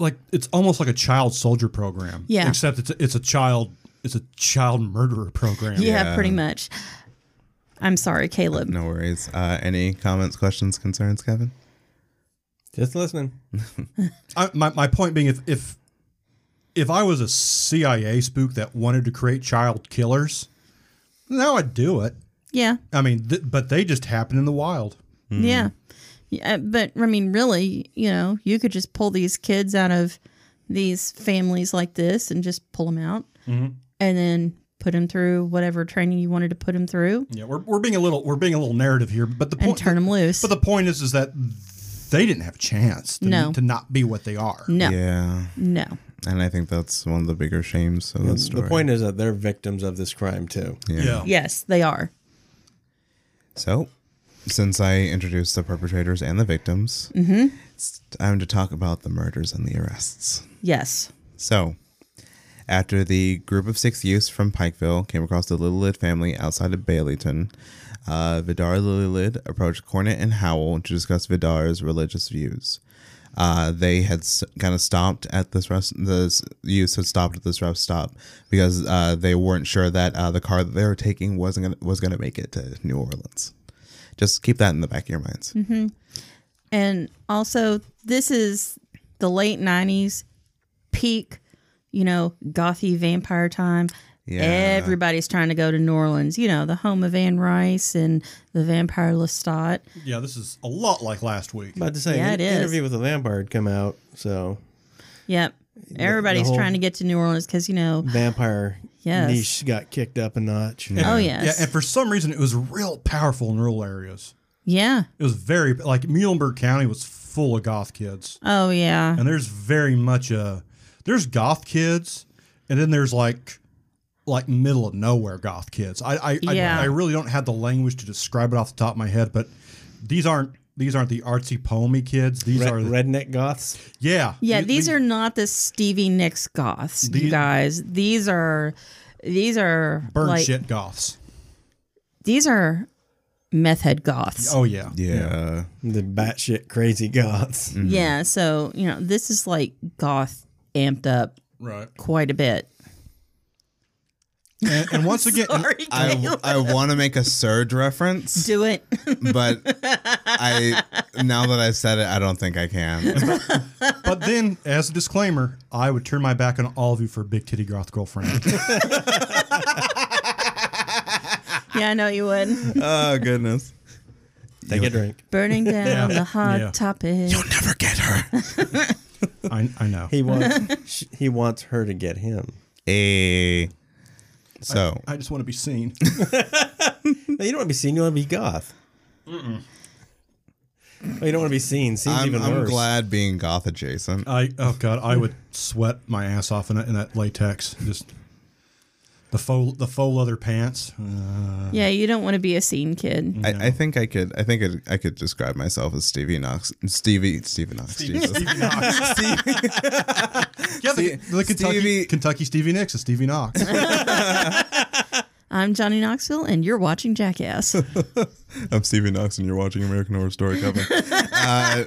Speaker 2: like it's almost like a child soldier program.
Speaker 1: Yeah.
Speaker 2: Except it's a, it's a child it's a child murderer program.
Speaker 1: Yeah, pretty much. I'm sorry, Caleb.
Speaker 4: No worries. Uh, any comments, questions, concerns, Kevin?
Speaker 3: [LAUGHS] Just listening.
Speaker 2: I, my my point being, if if if I was a CIA spook that wanted to create child killers, now I'd do it.
Speaker 1: Yeah,
Speaker 2: I mean, th- but they just happen in the wild.
Speaker 1: yeah. Yeah, but I mean, really, you know, you could just pull these kids out of these families like this and just pull them out and then put them through whatever training you wanted to put them through.
Speaker 2: Yeah, we're, we're being a little we're being a little narrative here, but the
Speaker 1: and
Speaker 2: point
Speaker 1: turn them loose.
Speaker 2: but the point is is that they didn't have a chance to,
Speaker 1: No.
Speaker 2: to not be what they are.
Speaker 1: no,
Speaker 4: Yeah,
Speaker 1: no,
Speaker 4: and I think that's one of the bigger shames of the
Speaker 1: Mm.
Speaker 4: story.
Speaker 3: The point is that they're victims of this crime too.
Speaker 2: Yeah.
Speaker 1: yes, they are.
Speaker 4: So, since I introduced the perpetrators and the victims,
Speaker 1: Mm-hmm.
Speaker 4: it's time to talk about the murders and the arrests.
Speaker 1: Yes,
Speaker 4: So, after the group of six youths from Pikeville came across the Lillid family outside of Baileyton, uh, Vidar Lillid approached Cornet and Howell to discuss Vidar's religious views. Uh, they had s- kind of stopped at this rest. The s- youths had stopped at this rest stop because uh, they weren't sure that uh, the car that they were taking wasn't gonna, was going to make it to New Orleans. Just keep that in the back of your minds.
Speaker 1: and also this is the late '90s peak, you know, gothy vampire time.
Speaker 4: Yeah.
Speaker 1: Everybody's trying to go to New Orleans, you know, the home of Anne Rice and the vampire Lestat.
Speaker 2: Yeah, this is a lot like last week.
Speaker 3: About to say,
Speaker 1: Yeah,
Speaker 3: an
Speaker 1: it is.
Speaker 3: interview with the vampire had come out, so
Speaker 1: Yep. Everybody's
Speaker 3: whole-
Speaker 1: trying to get to New Orleans because, you know,
Speaker 3: vampire
Speaker 1: [SIGHS] Yes.
Speaker 3: niche got kicked up a notch. [LAUGHS]
Speaker 1: oh,
Speaker 2: Yeah,
Speaker 1: yes. Yeah.
Speaker 2: and for some reason it was real powerful in rural areas.
Speaker 1: yeah.
Speaker 2: It was very like Muhlenberg County was full of goth kids.
Speaker 1: Oh, yeah.
Speaker 2: and there's very much a there's goth kids and then there's like like middle of nowhere goth kids i i,
Speaker 1: Yeah.
Speaker 2: I, I really don't have the language to describe it off the top of my head but these aren't these aren't the artsy poemy kids these
Speaker 3: Re-
Speaker 2: are
Speaker 3: redneck goths.
Speaker 2: yeah
Speaker 1: Yeah, these are not the Stevie Nicks goths, you
Speaker 2: These-
Speaker 1: guys. These are these are
Speaker 2: burn
Speaker 1: like
Speaker 2: shit goths
Speaker 1: these are meth head goths.
Speaker 2: oh yeah
Speaker 4: yeah.
Speaker 3: The batshit crazy goths.
Speaker 2: Mm-hmm.
Speaker 1: Yeah, so you know this is like goth amped up
Speaker 2: right
Speaker 1: quite a bit.
Speaker 2: [LAUGHS] and, and once again
Speaker 1: [LAUGHS] Sorry,
Speaker 4: I, I want to make a surge reference.
Speaker 1: do it. [LAUGHS]
Speaker 4: but I now that I've said it, I don't think I can.
Speaker 2: but then as a disclaimer i would turn my back on all of you for big titty goth girlfriend
Speaker 1: yeah, I know you would.
Speaker 4: oh goodness.
Speaker 3: Take a drink.
Speaker 1: Burning down the hot
Speaker 2: Yeah.
Speaker 1: topic.
Speaker 4: You'll never get her.
Speaker 2: [LAUGHS] I, I know.
Speaker 1: [LAUGHS]
Speaker 3: He wants sh- he wants her to get him.
Speaker 4: hey. So
Speaker 2: I just want to be seen.
Speaker 3: No, you don't want to be seen. You want to be goth. Oh, you don't want to be seen. Seems
Speaker 4: I'm,
Speaker 3: even
Speaker 4: I'm
Speaker 3: worse.
Speaker 4: glad being goth adjacent.
Speaker 2: I oh god, I would sweat my ass off in that, in that latex. Just the faux the faux leather pants.
Speaker 4: [LAUGHS]
Speaker 2: Uh,
Speaker 1: Yeah, you don't want to be a scene
Speaker 2: Mm.
Speaker 1: kid.
Speaker 4: I, I think I could. I think I, I could describe myself as Stevie Knox. Stevie. Stevie Knox. Jesus.
Speaker 2: Stevie Knox. yeah, the, the Kentucky
Speaker 4: Stevie-
Speaker 2: Kentucky Stevie Nicks is Stevie
Speaker 4: [LAUGHS]
Speaker 2: Knox.
Speaker 1: I'm Johnny Knoxville, and you're watching Jackass. [LAUGHS]
Speaker 4: I'm Stevie Knox, and you're watching American Horror Story. Kevin. uh,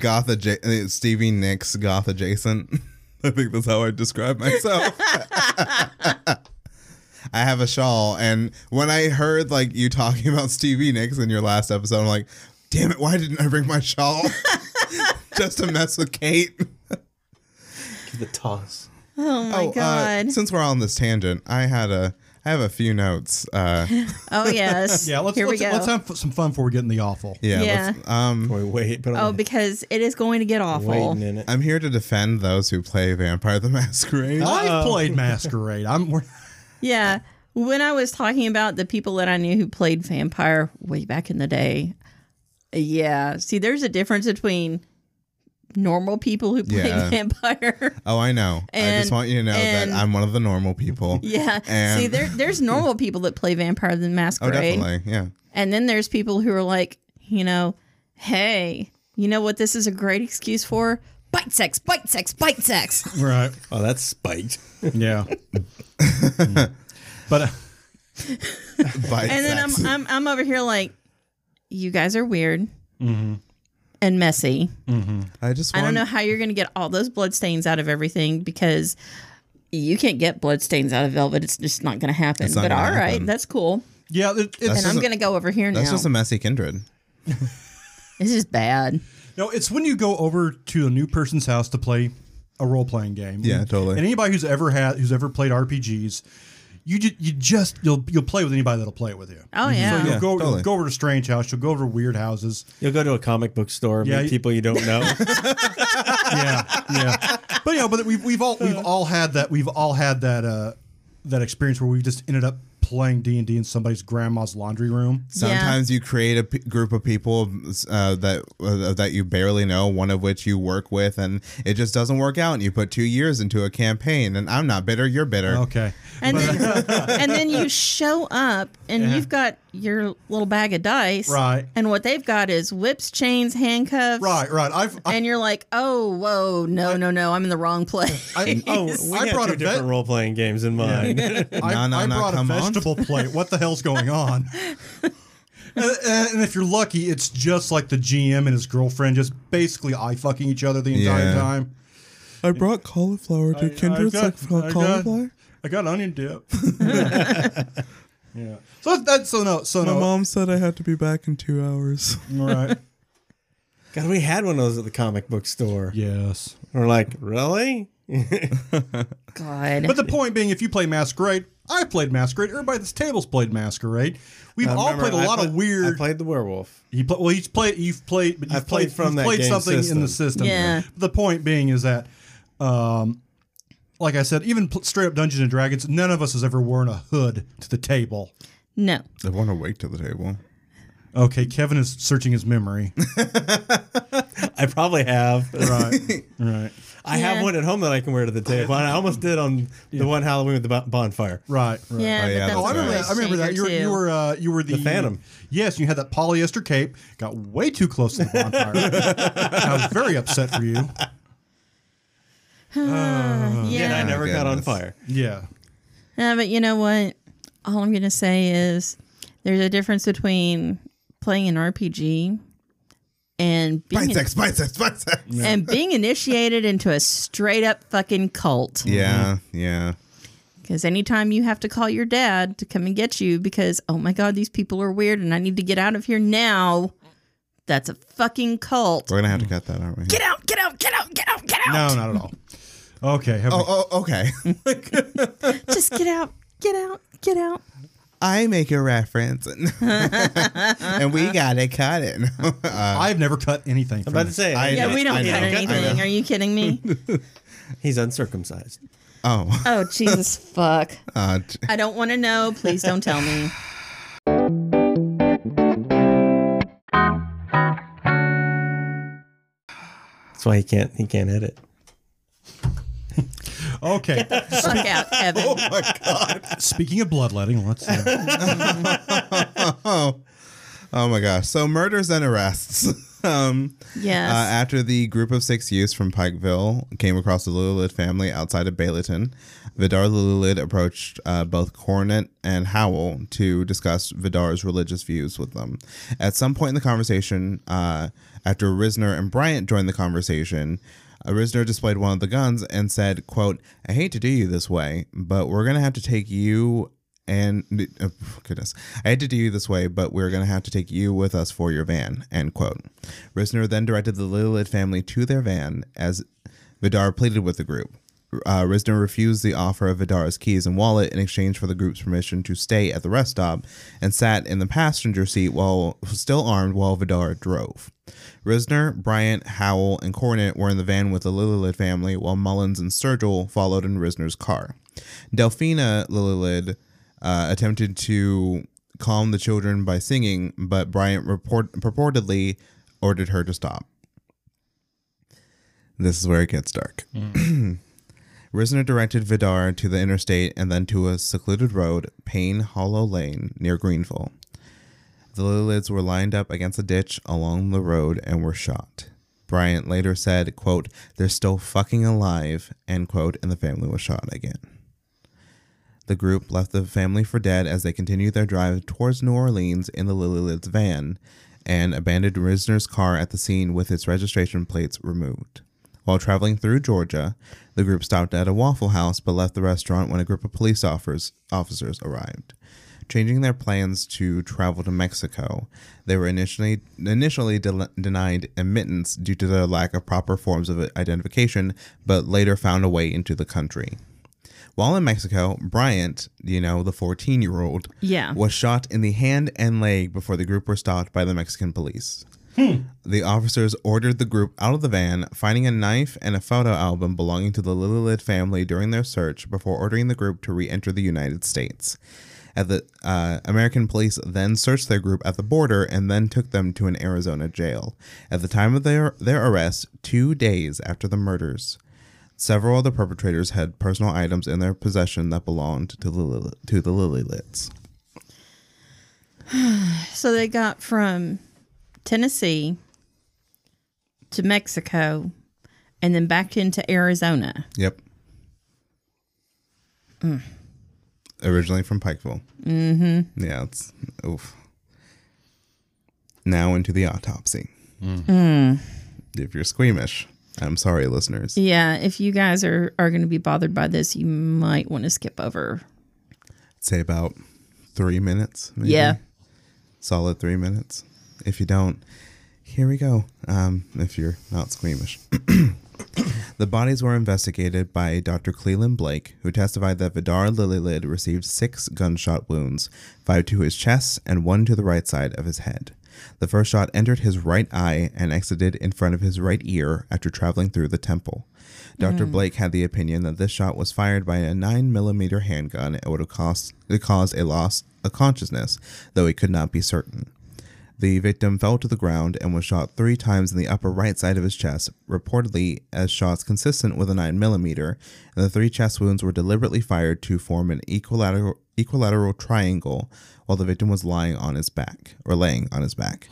Speaker 4: goth adjacent. Stevie Nicks. Goth adjacent. [LAUGHS] I think that's how I describe myself. [LAUGHS] I have a shawl, and when I heard like you talking about Stevie Nicks in your last episode, I'm like, damn it, why didn't I bring my shawl? [LAUGHS] Just to mess with Kate.
Speaker 3: Give the toss.
Speaker 1: Oh my
Speaker 4: uh,
Speaker 1: god.
Speaker 4: since we're on this tangent, I had a I have a few notes. Uh,
Speaker 1: oh yes.
Speaker 2: [LAUGHS] Yeah, let's
Speaker 1: Here
Speaker 2: let's,
Speaker 1: we go.
Speaker 2: let's have f- some fun before we get in the awful.
Speaker 4: yeah.
Speaker 1: Yeah.
Speaker 4: let's- Um,
Speaker 3: Wait, wait. Put
Speaker 1: oh,
Speaker 3: on
Speaker 1: because it is going to get
Speaker 3: the
Speaker 1: awful.
Speaker 3: waiting in it.
Speaker 4: I'm here to defend those who play Vampire the Masquerade.
Speaker 2: I've played Masquerade. I'm [LAUGHS] we're-
Speaker 1: Yeah. When I was talking about the people that I knew who played vampire way back in the day, yeah. See, there's a difference between normal people who play [LAUGHS]
Speaker 4: Yeah.
Speaker 1: vampire.
Speaker 4: Oh, I know. I
Speaker 1: And-
Speaker 4: just want you to know
Speaker 1: and-
Speaker 4: that I'm one of the normal people.
Speaker 1: [LAUGHS] Yeah.
Speaker 4: And-
Speaker 1: See, there there's normal people that play Vampire the
Speaker 4: Oh,
Speaker 1: Masquerade.
Speaker 4: definitely. Yeah.
Speaker 1: And then there's people who are like, you know, hey, you know what this is a great excuse for? Bite sex, bite sex, bite sex.
Speaker 2: right.
Speaker 3: Oh, that's spiked.
Speaker 4: [LAUGHS]
Speaker 2: Yeah. but uh,
Speaker 4: By
Speaker 1: And then I'm,
Speaker 4: sex.
Speaker 1: I'm I'm over here like, you guys are weird and messy.
Speaker 4: I just
Speaker 1: I
Speaker 4: want.
Speaker 1: don't know how you're gonna get all those bloodstains out of everything because you can't get bloodstains out of velvet. It's just not gonna happen.
Speaker 4: not
Speaker 1: but all
Speaker 4: gonna
Speaker 1: right,
Speaker 4: happen.
Speaker 1: that's cool.
Speaker 2: yeah, it, it's
Speaker 1: And I'm gonna go over here now.
Speaker 4: That's just a messy kindred.
Speaker 1: this is bad.
Speaker 2: No, it's when you go over to a new person's house to play a role playing game.
Speaker 4: Yeah, totally.
Speaker 2: And anybody who's ever had who's ever played RPGs, you ju- you just you'll you'll play with anybody that'll play it with you.
Speaker 1: Oh yeah.
Speaker 2: You'll
Speaker 4: Yeah,
Speaker 2: go,
Speaker 4: totally.
Speaker 2: you'll go over to strange house. You'll go over to weird houses.
Speaker 3: You'll go to a comic book store,
Speaker 2: Yeah,
Speaker 3: meet
Speaker 2: you-
Speaker 3: people you don't know.
Speaker 2: Yeah, yeah. But you know, but we've we've all we've all had that we've all had that uh that experience where we've just ended up playing D and D in somebody's grandma's laundry room.
Speaker 4: Sometimes you create a p- group of people uh, that uh, that you barely know, one of which you work with, and it just doesn't work out. And you put two years into a campaign, and I'm not bitter, you're bitter.
Speaker 2: Okay.
Speaker 1: and then, and then you show up and
Speaker 2: Yeah.
Speaker 1: you've got your little bag of dice
Speaker 2: Right.
Speaker 1: and what they've got is whips chains handcuffs
Speaker 2: Right, right. I've I,
Speaker 1: and you're like oh whoa no no no i'm in the wrong place
Speaker 3: [LAUGHS]
Speaker 2: I,
Speaker 3: Oh,
Speaker 2: [LAUGHS]
Speaker 3: we
Speaker 2: I
Speaker 3: got
Speaker 2: brought
Speaker 3: two
Speaker 2: a ve-
Speaker 3: different role playing games in mind.
Speaker 2: [LAUGHS] I,
Speaker 4: No, no,
Speaker 2: I
Speaker 4: no,
Speaker 2: brought a
Speaker 4: come on.
Speaker 2: vegetable plate. What the hell's going
Speaker 3: [LAUGHS]
Speaker 2: on? and, and if you're lucky, it's just like the GM and his girlfriend just basically eye fucking each other the entire
Speaker 4: Yeah.
Speaker 2: time.
Speaker 4: I brought cauliflower to kindred
Speaker 2: I got onion dip. [LAUGHS] yeah. So that's so no so no.
Speaker 4: said I had to be back in two hours.
Speaker 2: Right.
Speaker 3: God, we had one of those at the comic book store.
Speaker 2: Yes.
Speaker 3: We're like, really?
Speaker 1: god
Speaker 2: But the point being, if you play Masquerade, I played Masquerade. Everybody at this table's played Masquerade. We've
Speaker 3: I
Speaker 2: all
Speaker 3: remember
Speaker 2: played a
Speaker 3: I
Speaker 2: lot
Speaker 3: played-
Speaker 2: of weird.
Speaker 3: I played the werewolf.
Speaker 2: You play, well, you've played, you've played, but you've
Speaker 3: I've played from
Speaker 2: you've
Speaker 3: that
Speaker 2: played
Speaker 3: game
Speaker 2: something in
Speaker 3: system.
Speaker 2: the system.
Speaker 1: Yeah.
Speaker 2: The point being is that, um, like I said, even pl- straight up Dungeons and Dragons, none of us has ever worn a hood to the table.
Speaker 1: no
Speaker 4: I want to wake to the table.
Speaker 2: Okay, Kevin is searching his
Speaker 3: [LAUGHS]
Speaker 2: memory.
Speaker 3: I probably have.
Speaker 2: [LAUGHS] right, right,
Speaker 3: I
Speaker 1: Yeah.
Speaker 3: have one at home that I can wear to the table, and I almost did on the one Halloween with the bon- bonfire.
Speaker 2: right,
Speaker 1: yeah,
Speaker 2: right.
Speaker 4: Oh, yeah,
Speaker 1: but
Speaker 4: that's
Speaker 2: Oh, I remember.
Speaker 1: that's
Speaker 2: That. I remember that. You were, you were, uh, you were the,
Speaker 3: Phantom.
Speaker 2: Yes, you had that polyester cape. Got way too close to the
Speaker 3: [LAUGHS]
Speaker 2: bonfire. I was very upset for you.
Speaker 3: And I
Speaker 1: yeah.
Speaker 3: never got on
Speaker 4: Oh, goodness.
Speaker 3: fire.
Speaker 2: Yeah.
Speaker 1: Yeah, but you know what all i'm gonna say is there's a difference between playing an rpg and being,
Speaker 4: Biceps, biceps, biceps.
Speaker 1: [LAUGHS] and being initiated into a straight up fucking cult
Speaker 4: Yeah, yeah.
Speaker 1: Because anytime you have to call your dad to come and get you because, oh my God, these people are weird and I need to get out of here now, that's a fucking cult.
Speaker 4: We're gonna have to cut that, aren't we?
Speaker 1: Get out, get out, get out, get out, get out.
Speaker 2: No, not at all.
Speaker 3: Oh,
Speaker 2: Okay. Have we-
Speaker 1: [LAUGHS]
Speaker 4: Oh, oh, okay.
Speaker 1: Just get out, get out, get out.
Speaker 4: I make a
Speaker 1: [LAUGHS]
Speaker 4: reference, [LAUGHS] and we gotta cut it. [LAUGHS]
Speaker 2: I've never cut anything.
Speaker 3: uh, I'm
Speaker 2: From
Speaker 3: about to
Speaker 2: it.
Speaker 3: say.
Speaker 4: I
Speaker 1: Yeah,
Speaker 4: know,
Speaker 1: we don't
Speaker 4: I
Speaker 1: cut
Speaker 4: know, I know.
Speaker 1: anything. Are you kidding me?
Speaker 3: He's uncircumcised.
Speaker 4: oh, [LAUGHS]
Speaker 1: oh, Jesus fuck.
Speaker 4: uh, t-
Speaker 1: I don't want to know. Please don't tell me.
Speaker 3: That's why he can't. He can't edit.
Speaker 2: Okay.
Speaker 1: Fuck out,
Speaker 4: [LAUGHS]
Speaker 1: Kevin.
Speaker 2: Speaking of bloodletting, let's. Uh,
Speaker 4: oh, oh my gosh! So murders and arrests. [LAUGHS] um,
Speaker 1: Yes.
Speaker 4: Uh, after the group of six youths from Pikeville came across the Lululid family outside of Bayleton, Vidar Lululid approached uh, both Coronet and Howell to discuss Vidar's religious views with them. At some point in the conversation, uh, after Risner and Bryant joined the conversation, uh, Risner displayed one of the guns and said, quote, I hate to do you this way, but we're going to have to take you and oh, goodness, I had to do you this way, but we're gonna have to take you with us for your van. End quote. Risner then directed the Lilith family to their van as Vidar pleaded with the group. Uh, Risner refused the offer of Vidar's keys and wallet in exchange for the group's permission to stay at the rest stop and sat in the passenger seat while still armed while Vidar drove. Risner, Bryant, Howell, and Cornet were in the van with the Lilith family while Mullins and Sturgill followed in Risner's car. Delphina Lilith uh, attempted to calm the children by singing, but Bryant report- purportedly ordered her to stop. This is where it gets dark. [CLEARS THROAT] Risner directed Vidar to the interstate and then to a secluded road, Payne Hollow Lane, near Greenville. The Lilids were lined up against a ditch along the road and were shot. Bryant later said, quote, they're still fucking alive, end quote, and the family was shot again. The group left the family for dead as they continued their drive towards New Orleans in the Lililid's van and abandoned Risner's car at the scene with its registration plates removed. While traveling through Georgia, the group stopped at a Waffle House but left the restaurant when a group of police offers, officers arrived. Changing their plans to travel to Mexico, they were initially initially del- denied admittance due to their lack of proper forms of identification, but later found a way into the country. While in Mexico, Bryant, you know, the 14 year old,
Speaker 1: Yeah.
Speaker 4: was shot in the hand and leg before the group were stopped by the Mexican police. The officers ordered the group out of the van, finding a knife and a photo album belonging to the Lililid family during their search before ordering the group to re enter the United States. At the uh, American police then searched their group at the border and then took them to an Arizona jail. At the time of their, their arrest, two days after the murders, Several of the perpetrators had personal items in their possession that belonged to the Lil- to the Lilylits.
Speaker 1: so they got from Tennessee to Mexico and then back into Arizona.
Speaker 4: Yep. Originally from Pikeville. Mm-hmm. Yeah, it's oof. Now into the autopsy. Mm. If you're squeamish, I'm sorry, listeners.
Speaker 1: Yeah, if you guys are, are going to be bothered by this, you might want to skip over.
Speaker 4: Say about three minutes. maybe.
Speaker 1: Yeah.
Speaker 4: solid three minutes. If you don't, here we go. Um, if you're not squeamish. the bodies were investigated by Dr. Cleland Blake, who testified that Vidar Lililid received six gunshot wounds, five to his chest and one to the right side of his head. The first shot entered his right eye and exited in front of his right ear after traveling through the temple. Dr. Blake had the opinion that this shot was fired by a 9mm handgun and would have cost, it caused a loss of consciousness, though he could not be certain. The victim fell to the ground and was shot three times in the upper right side of his chest, reportedly as shots consistent with a 9mm, and the three chest wounds were deliberately fired to form an equilateral, equilateral triangle while the victim was lying on his back, or laying on his back.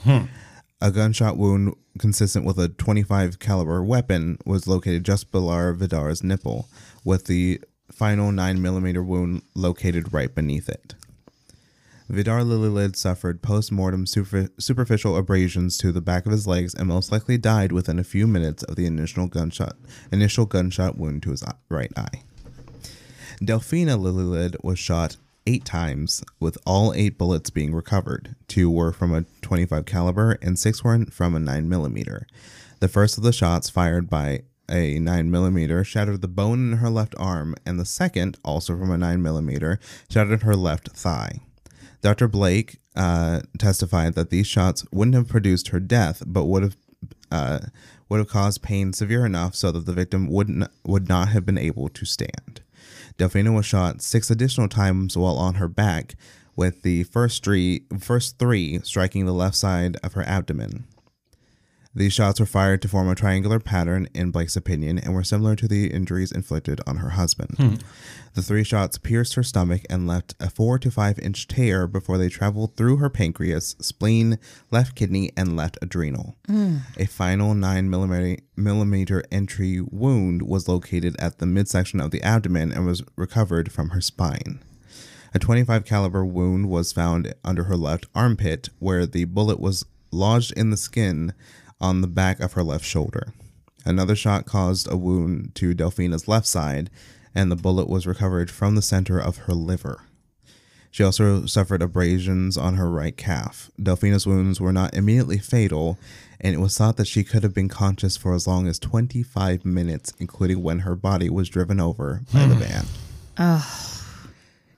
Speaker 4: A gunshot wound consistent with a 25 caliber weapon was located just below Vidar's nipple, with the final 9mm wound located right beneath it. Vidar Lililid suffered post-mortem super- superficial abrasions to the back of his legs and most likely died within a few minutes of the initial gunshot initial gunshot wound to his eye- right eye. Delphina Lililid was shot eight times, with all eight bullets being recovered. Two were from a 25 caliber and six were from a 9 millimeter. The first of the shots fired by a 9 millimeter shattered the bone in her left arm, and the second, also from a 9 millimeter, shattered her left thigh. Dr. Blake uh, testified that these shots wouldn't have produced her death, but would have uh, would have caused pain severe enough so that the victim wouldn't would not have been able to stand. Delphina was shot six additional times while on her back, with the first three first three striking the left side of her abdomen. These shots were fired to form a triangular pattern, in Blake's opinion, and were similar to the injuries inflicted on her husband. The three shots pierced her stomach and left a four to five inch tear before they traveled through her pancreas, spleen, left kidney, and left adrenal. A final nine millimeter, millimeter entry wound was located at the midsection of the abdomen and was recovered from her spine. A 25 caliber wound was found under her left armpit where the bullet was lodged in the skin on the back of her left shoulder. Another shot caused a wound to Delphina's left side and the bullet was recovered from the center of her liver. She also suffered abrasions on her right calf. Delphina's wounds were not immediately fatal, and it was thought that she could have been conscious for as long as 25 minutes, including when her body was driven over by the van.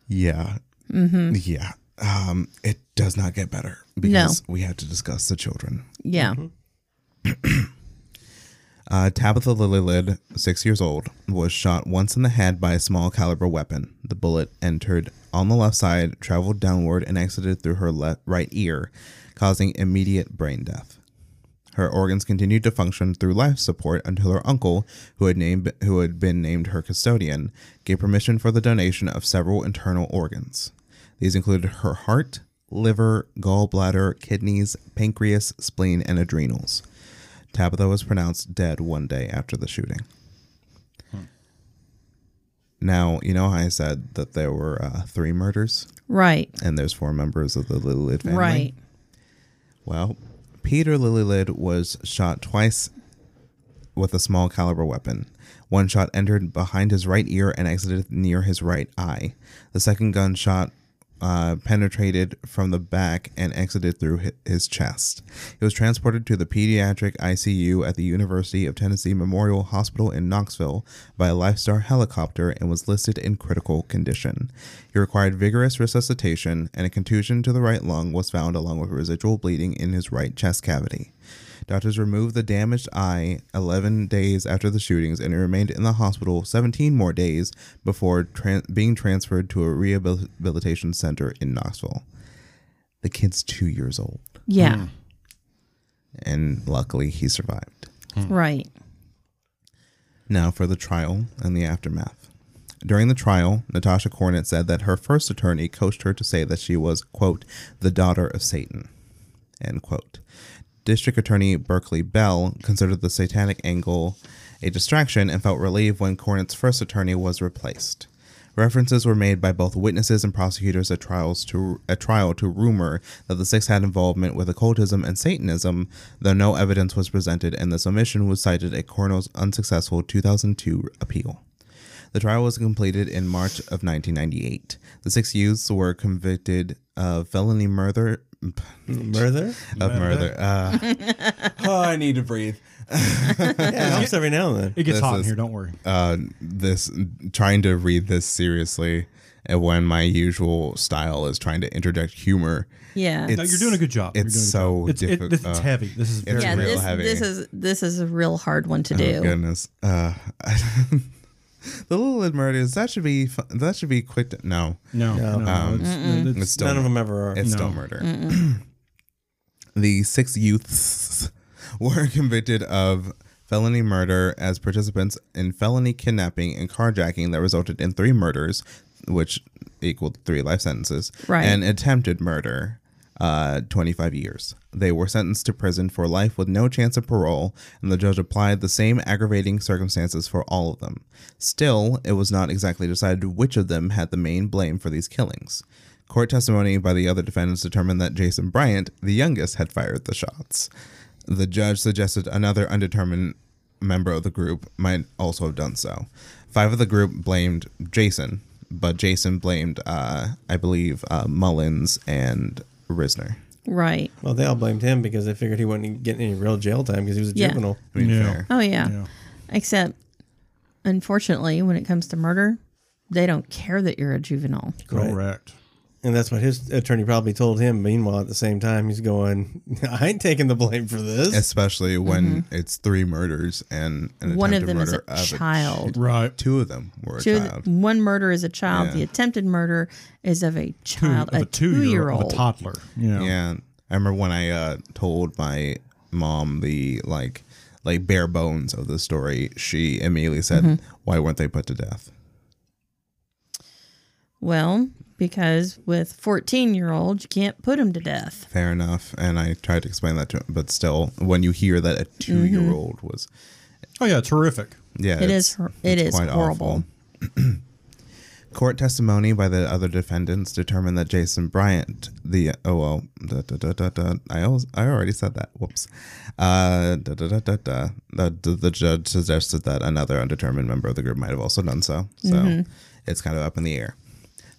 Speaker 4: Yeah. Mm-hmm. Yeah. Um, it does not get better because we have to discuss the children.
Speaker 1: Yeah.
Speaker 4: Mm-hmm. Uh, Tabitha Lililid, six years old, was shot once in the head by a small caliber weapon. The bullet entered on the left side, traveled downward, and exited through her left, right ear, causing immediate brain death. Her organs continued to function through life support until her uncle, who had named who had been named her custodian, gave permission for the donation of several internal organs. These included her heart, liver, gallbladder, kidneys, pancreas, spleen, and adrenals. Tabitha was pronounced dead one day after the shooting. Now, you know how I said that there were uh, three murders
Speaker 1: Right.
Speaker 4: and there's four members of the Lilith family? Hmm.
Speaker 1: Right.
Speaker 4: Well, Peter Lililid was shot twice with a small caliber weapon. One shot entered behind his right ear and exited near his right eye. The second gunshot uh, penetrated from the back and exited through hi- his chest. He was transported to the pediatric ICU at the University of Tennessee Memorial Hospital in Knoxville by a Lifestar helicopter and was listed in critical condition. He required vigorous resuscitation, and a contusion to the right lung was found along with residual bleeding in his right chest cavity. Doctors removed the damaged eye 11 days after the shootings, and it remained in the hospital 17 more days before tran being transferred to a rehabilitation center in Knoxville. The kid's two years old,
Speaker 1: Yeah.
Speaker 4: and luckily he survived.
Speaker 1: Right.
Speaker 4: Now for the trial and the aftermath. During the trial, Natasha Cornett said that her first attorney coached her to say that she was, quote, the daughter of Satan, end quote. District Attorney Berkeley Bell considered the satanic angle a distraction and felt relieved when Cornett's first attorney was replaced. References were made by both witnesses and prosecutors at trials to at trial to rumor that the six had involvement with occultism and Satanism, though no evidence was presented, and this omission was cited at Cornell's unsuccessful 2002 appeal. The trial was completed in March of 1998. The six youths were convicted of felony murder. Mm. [LAUGHS]
Speaker 3: Murder?
Speaker 4: Of murder. Uh, [LAUGHS] oh, I need to breathe.
Speaker 3: Yeah, it helps every now and then.
Speaker 2: It gets
Speaker 4: This
Speaker 2: hot in
Speaker 4: is-
Speaker 2: here. Don't worry.
Speaker 4: uh, this trying to read this seriously and when my usual style is trying to interject humor.
Speaker 1: Yeah.
Speaker 4: It's-
Speaker 2: no, you're doing a good job. You're
Speaker 4: it's
Speaker 2: doing a good
Speaker 4: so
Speaker 2: job. it's, it-
Speaker 4: difficult.
Speaker 2: this- it's
Speaker 4: Uh,
Speaker 2: heavy. This is very
Speaker 1: yeah.
Speaker 4: real
Speaker 1: This,
Speaker 4: heavy. Oh,
Speaker 1: this is this is a real hard one to do.
Speaker 4: Goodness, uh, [LAUGHS] the Lilith murders that should be fu- that should be quick. To, no,
Speaker 2: no, no, no, it's, no,
Speaker 4: Um, it's
Speaker 2: it's-
Speaker 4: still
Speaker 3: None of them ever are.
Speaker 4: it's still murder. [CLEARS THROAT] the six youths [LAUGHS] were convicted of felony murder as participants in felony kidnapping and carjacking that resulted in three murders, which equaled three life sentences,
Speaker 1: Right.
Speaker 4: and attempted murder. Uh, 25 years. They were sentenced to prison for life with no chance of parole, and the judge applied the same aggravating circumstances for all of them. Still, it was not exactly decided which of them had the main blame for these killings. Court testimony by the other defendants determined that Jason Bryant, the youngest, had fired the shots. The judge suggested another undetermined member of the group might also have done so. Five of the group blamed Jason, but Jason blamed, uh, I believe, uh, Mullins and Risner.
Speaker 1: Right.
Speaker 3: Well, they all blamed him because they figured he wouldn't get any real jail time because he was a
Speaker 1: Yeah.
Speaker 3: juvenile.
Speaker 4: I mean,
Speaker 2: Yeah.
Speaker 4: fair.
Speaker 1: Oh yeah.
Speaker 2: Yeah.
Speaker 1: Except, unfortunately, when it comes to murder, they don't care that you're a juvenile.
Speaker 3: Right.
Speaker 2: correct.
Speaker 3: And that's what his attorney probably told him. Meanwhile, at the same time, he's going, [LAUGHS] I ain't taking the blame for this.
Speaker 4: especially when it's three murders and an
Speaker 1: Mm-hmm. One of
Speaker 4: attempted
Speaker 1: them is
Speaker 4: murder
Speaker 1: a
Speaker 4: of
Speaker 1: child.
Speaker 2: Right.
Speaker 4: Two of them were a
Speaker 1: Two-
Speaker 4: child.
Speaker 1: one murder is a child.
Speaker 4: Yeah.
Speaker 1: The attempted murder is of a child,
Speaker 2: of
Speaker 1: a, two-year-old.
Speaker 2: of a toddler. You know.
Speaker 4: Yeah, I remember when I uh, told my mom the like like bare bones of the story. She immediately said,
Speaker 1: Mm-hmm.
Speaker 4: "Why weren't they put to death?"
Speaker 1: Well, because with 14 year olds, you can't put them to death.
Speaker 4: Fair enough. And I tried to explain that to him, but still, when you hear that a two year old was,
Speaker 2: Oh yeah, terrific.
Speaker 4: yeah,
Speaker 1: Mm-hmm. It
Speaker 4: it's-
Speaker 1: is hor- it
Speaker 4: it's
Speaker 1: is
Speaker 4: quite
Speaker 1: horrible.
Speaker 4: awful. [CLEARS THROAT] Court testimony by the other defendants determined that Jason Bryant, the oh well, da, da, da, da, da, I always, I already said that. Whoops. Uh, da, da, da, da, da. The, the the judge suggested that another undetermined member of the group might have also done so. So
Speaker 1: Mm-hmm.
Speaker 4: it's kind of up in the air.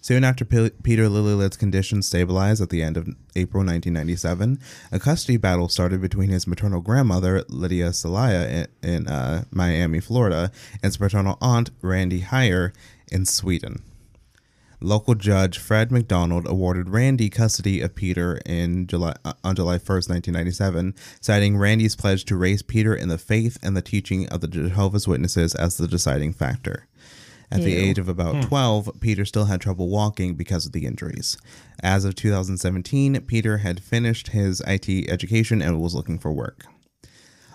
Speaker 4: Soon after P- Peter Lililith's condition stabilized at the end of April 1997, a custody battle started between his maternal grandmother, Lydia Salaya, in, in uh, Miami, Florida, and his paternal aunt, Randy Heyer, in Sweden. Local judge Fred McDonald awarded Randy custody of Peter in July uh, on July 1st, 1997, citing Randy's pledge to raise Peter in the faith and the teaching of the Jehovah's Witnesses as the deciding factor. At the
Speaker 1: Ew.
Speaker 4: age of about 12, Peter still had trouble walking because of the injuries. As of 2017, Peter had finished his IT education and was looking for work.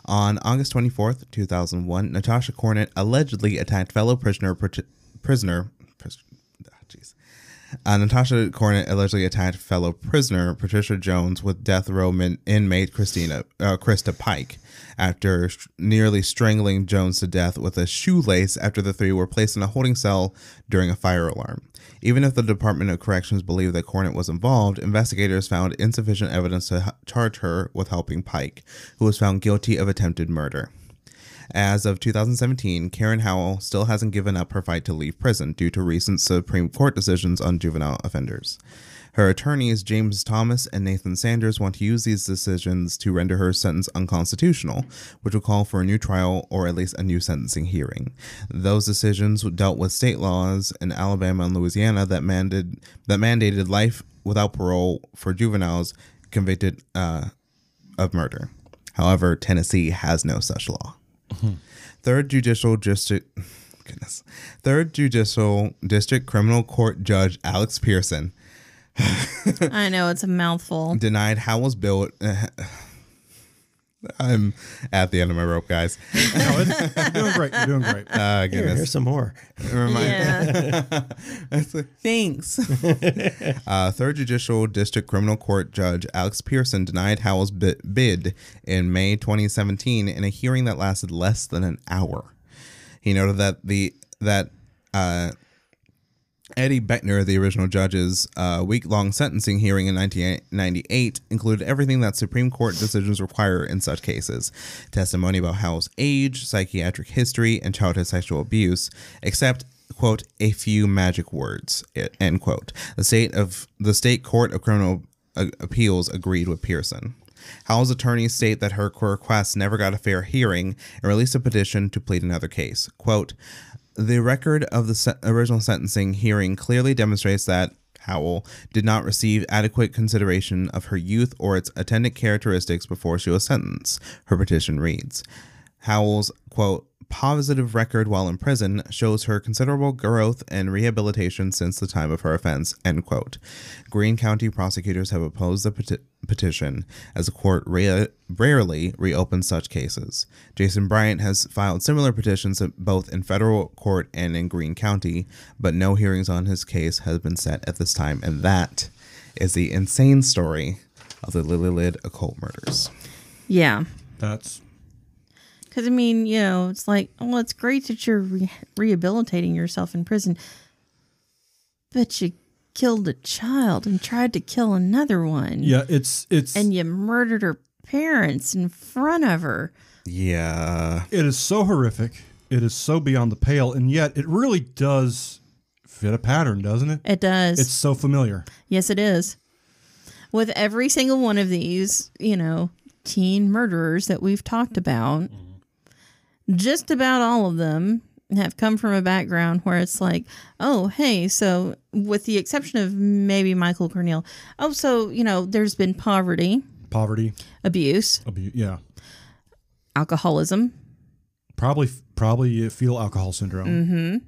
Speaker 4: On August 24th, 2001, Natasha Cornett allegedly attacked fellow prisoner pr- prisoner pris- ah, jeez. Uh, Natasha Cornett allegedly attacked fellow prisoner Patricia Jones with death row min- inmate Christina uh, Krista Pike after sh- nearly strangling Jones to death with a shoelace after the three were placed in a holding cell during a fire alarm. Even if the Department of Corrections believed that Cornett was involved, investigators found insufficient evidence to h- charge her with helping Pike, who was found guilty of attempted murder. As of 2017, Karen Howell still hasn't given up her fight to leave prison due to recent Supreme Court decisions on juvenile offenders. Her attorneys, James Thomas and Nathan Sanders, want to use these decisions to render her sentence unconstitutional, which will call for a new trial or at least a new sentencing hearing. Those decisions dealt with state laws in Alabama and Louisiana that mandated, that mandated life without parole for juveniles convicted uh, of murder. However, Tennessee has no such law. Third Judicial District [LAUGHS] goodness. Third Judicial District Criminal Court Judge Alex Pearson
Speaker 1: [LAUGHS] I know it's a mouthful.
Speaker 4: denied Howell's bill [LAUGHS] I'm at the end of my rope, guys.
Speaker 2: No, it's,
Speaker 4: [LAUGHS]
Speaker 2: you're doing great. You're doing great.
Speaker 3: [LAUGHS]
Speaker 4: Uh,
Speaker 3: Here,
Speaker 4: goodness.
Speaker 3: here's some more.
Speaker 1: Yeah.
Speaker 4: Thanks. [LAUGHS] uh, Third Judicial District Criminal Court Judge Alex Pearson denied Howell's bi- bid in May 2017 in a hearing that lasted less than an hour. He noted that the that uh, Eddie Bettner, the original judge's uh, week long sentencing hearing in 1998, included everything that Supreme Court decisions require in such cases testimony about Howell's age, psychiatric history, and childhood sexual abuse, except. Quote a few magic words. e- End quote. The state of the state court of criminal uh, appeals agreed with Pearson. Howell's attorneys state that her request never got a fair hearing and released a petition to plead another case. Quote, the record of the se- original sentencing hearing clearly demonstrates that Howell did not receive adequate consideration of her youth or its attendant characteristics before she was sentenced, her petition reads. Howell's, quote, positive record while in prison shows her considerable growth and rehabilitation since the time of her offense, end quote. Greene County prosecutors have opposed the peti- petition, as the court ra- rarely reopens such cases. Jason Bryant has filed similar petitions both in federal court and in Greene County, but no hearings on his case has been set at this time, and that is the insane story of the Lily Lid occult murders.
Speaker 1: Yeah.
Speaker 2: That's
Speaker 1: Because, I mean, you know, it's like, well, it's great that you're re- rehabilitating yourself in prison, but you killed a child and tried to kill another one.
Speaker 2: yeah. It's it's
Speaker 1: And you murdered her parents in front of her.
Speaker 4: Yeah.
Speaker 2: it is so horrific. It is so beyond the pale, and yet it really does fit a pattern, doesn't it?
Speaker 1: It does.
Speaker 2: It's so familiar.
Speaker 1: Yes, it is. With every single one of these, you know, teen murderers that we've talked about, just about all of them have come from a background where it's like, oh, hey, so with the exception of maybe Michael Cornell, oh, so, you know, there's been poverty,
Speaker 2: Poverty,
Speaker 1: abuse,
Speaker 2: abuse, yeah,
Speaker 1: alcoholism,
Speaker 2: probably probably feel alcohol syndrome.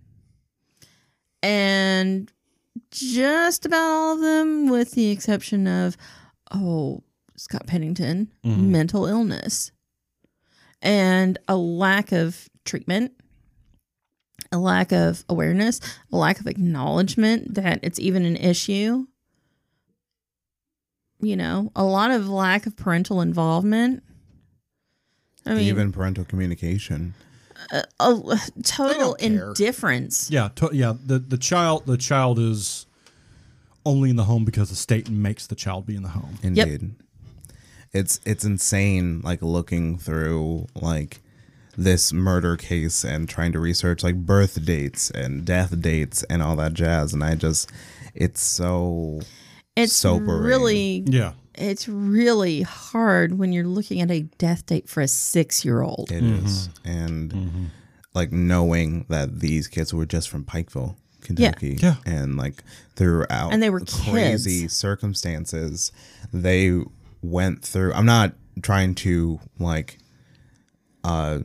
Speaker 1: and just about all of them, with the exception of, oh, Scott Pennington, mental illness and a lack of treatment, a lack of awareness, a lack of acknowledgement that it's even an issue. You know, a lot of lack of parental involvement. I mean,
Speaker 4: even parental communication.
Speaker 1: a total
Speaker 2: don't care.
Speaker 1: indifference.
Speaker 2: Yeah, to, yeah. The the child the child is only in the home because the state makes the child be in the home.
Speaker 4: Indeed. It's it's insane like looking through like this murder case and trying to research like birth dates and death dates and all that jazz and I just it's so
Speaker 1: It's
Speaker 4: Sobering.
Speaker 1: really
Speaker 2: Yeah,
Speaker 1: it's really hard when you're looking at a death date for a six year old.
Speaker 4: it is and
Speaker 1: Mm-hmm.
Speaker 4: like knowing that these kids were just from Pikeville, Kentucky,
Speaker 2: Yeah.
Speaker 4: and like throughout
Speaker 1: And they were
Speaker 4: crazy
Speaker 1: kids.
Speaker 4: circumstances, they went through. I'm not trying to like, uh,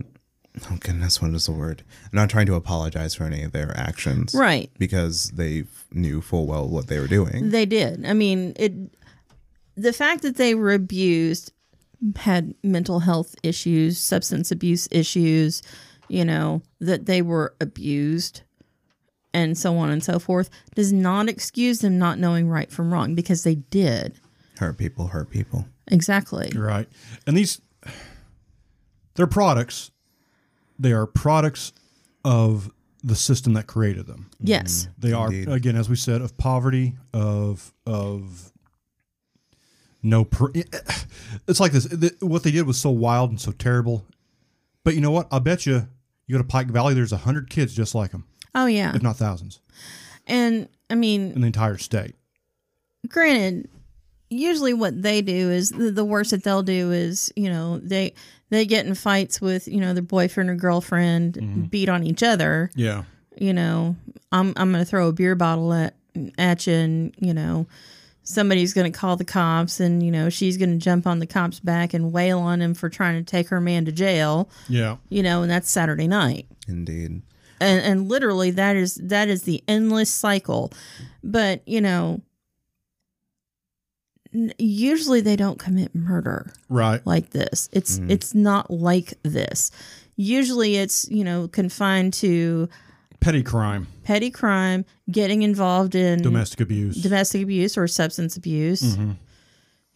Speaker 4: oh goodness, what is the word? I'm not trying to apologize for any of their actions,
Speaker 1: Right.
Speaker 4: Because they knew full well what they were doing.
Speaker 1: They did. I mean, it the fact that they were abused had mental health issues, substance abuse issues, you know, that they were abused and so on and so forth does not excuse them not knowing right from wrong because they did.
Speaker 4: Hurt people, hurt people.
Speaker 1: Exactly.
Speaker 2: you're right. And these they're products. They are products of the system that created them.
Speaker 1: Yes.
Speaker 2: They are
Speaker 4: Indeed.
Speaker 2: again, as we said, of poverty, of of no. Pr- eh, it's like this. th- What they did was so wild and so terrible. But you know what? I bet you, you go to Pike Valley, there's a hundred kids just like them,
Speaker 1: Oh yeah.
Speaker 2: if not thousands,
Speaker 1: And I mean,
Speaker 2: in the entire state.
Speaker 1: granted usually what they do is the, the worst that they'll do is you know they they get in fights with you know their boyfriend or girlfriend beat on each other
Speaker 2: Yeah,
Speaker 1: you know i'm i'm going to throw a beer bottle at at you and you know somebody's going to call the cops and you know she's going to jump on the cop's back and wail on him for trying to take her man to jail
Speaker 2: yeah.
Speaker 1: you know and that's saturday night
Speaker 4: Indeed.
Speaker 1: and and literally that is that is the endless cycle but you know n- usually they don't commit murder
Speaker 2: Right.
Speaker 1: like this it's it's not like this usually it's you know confined to
Speaker 2: Petty crime,
Speaker 1: petty crime getting involved in
Speaker 2: domestic abuse.
Speaker 1: domestic abuse or substance abuse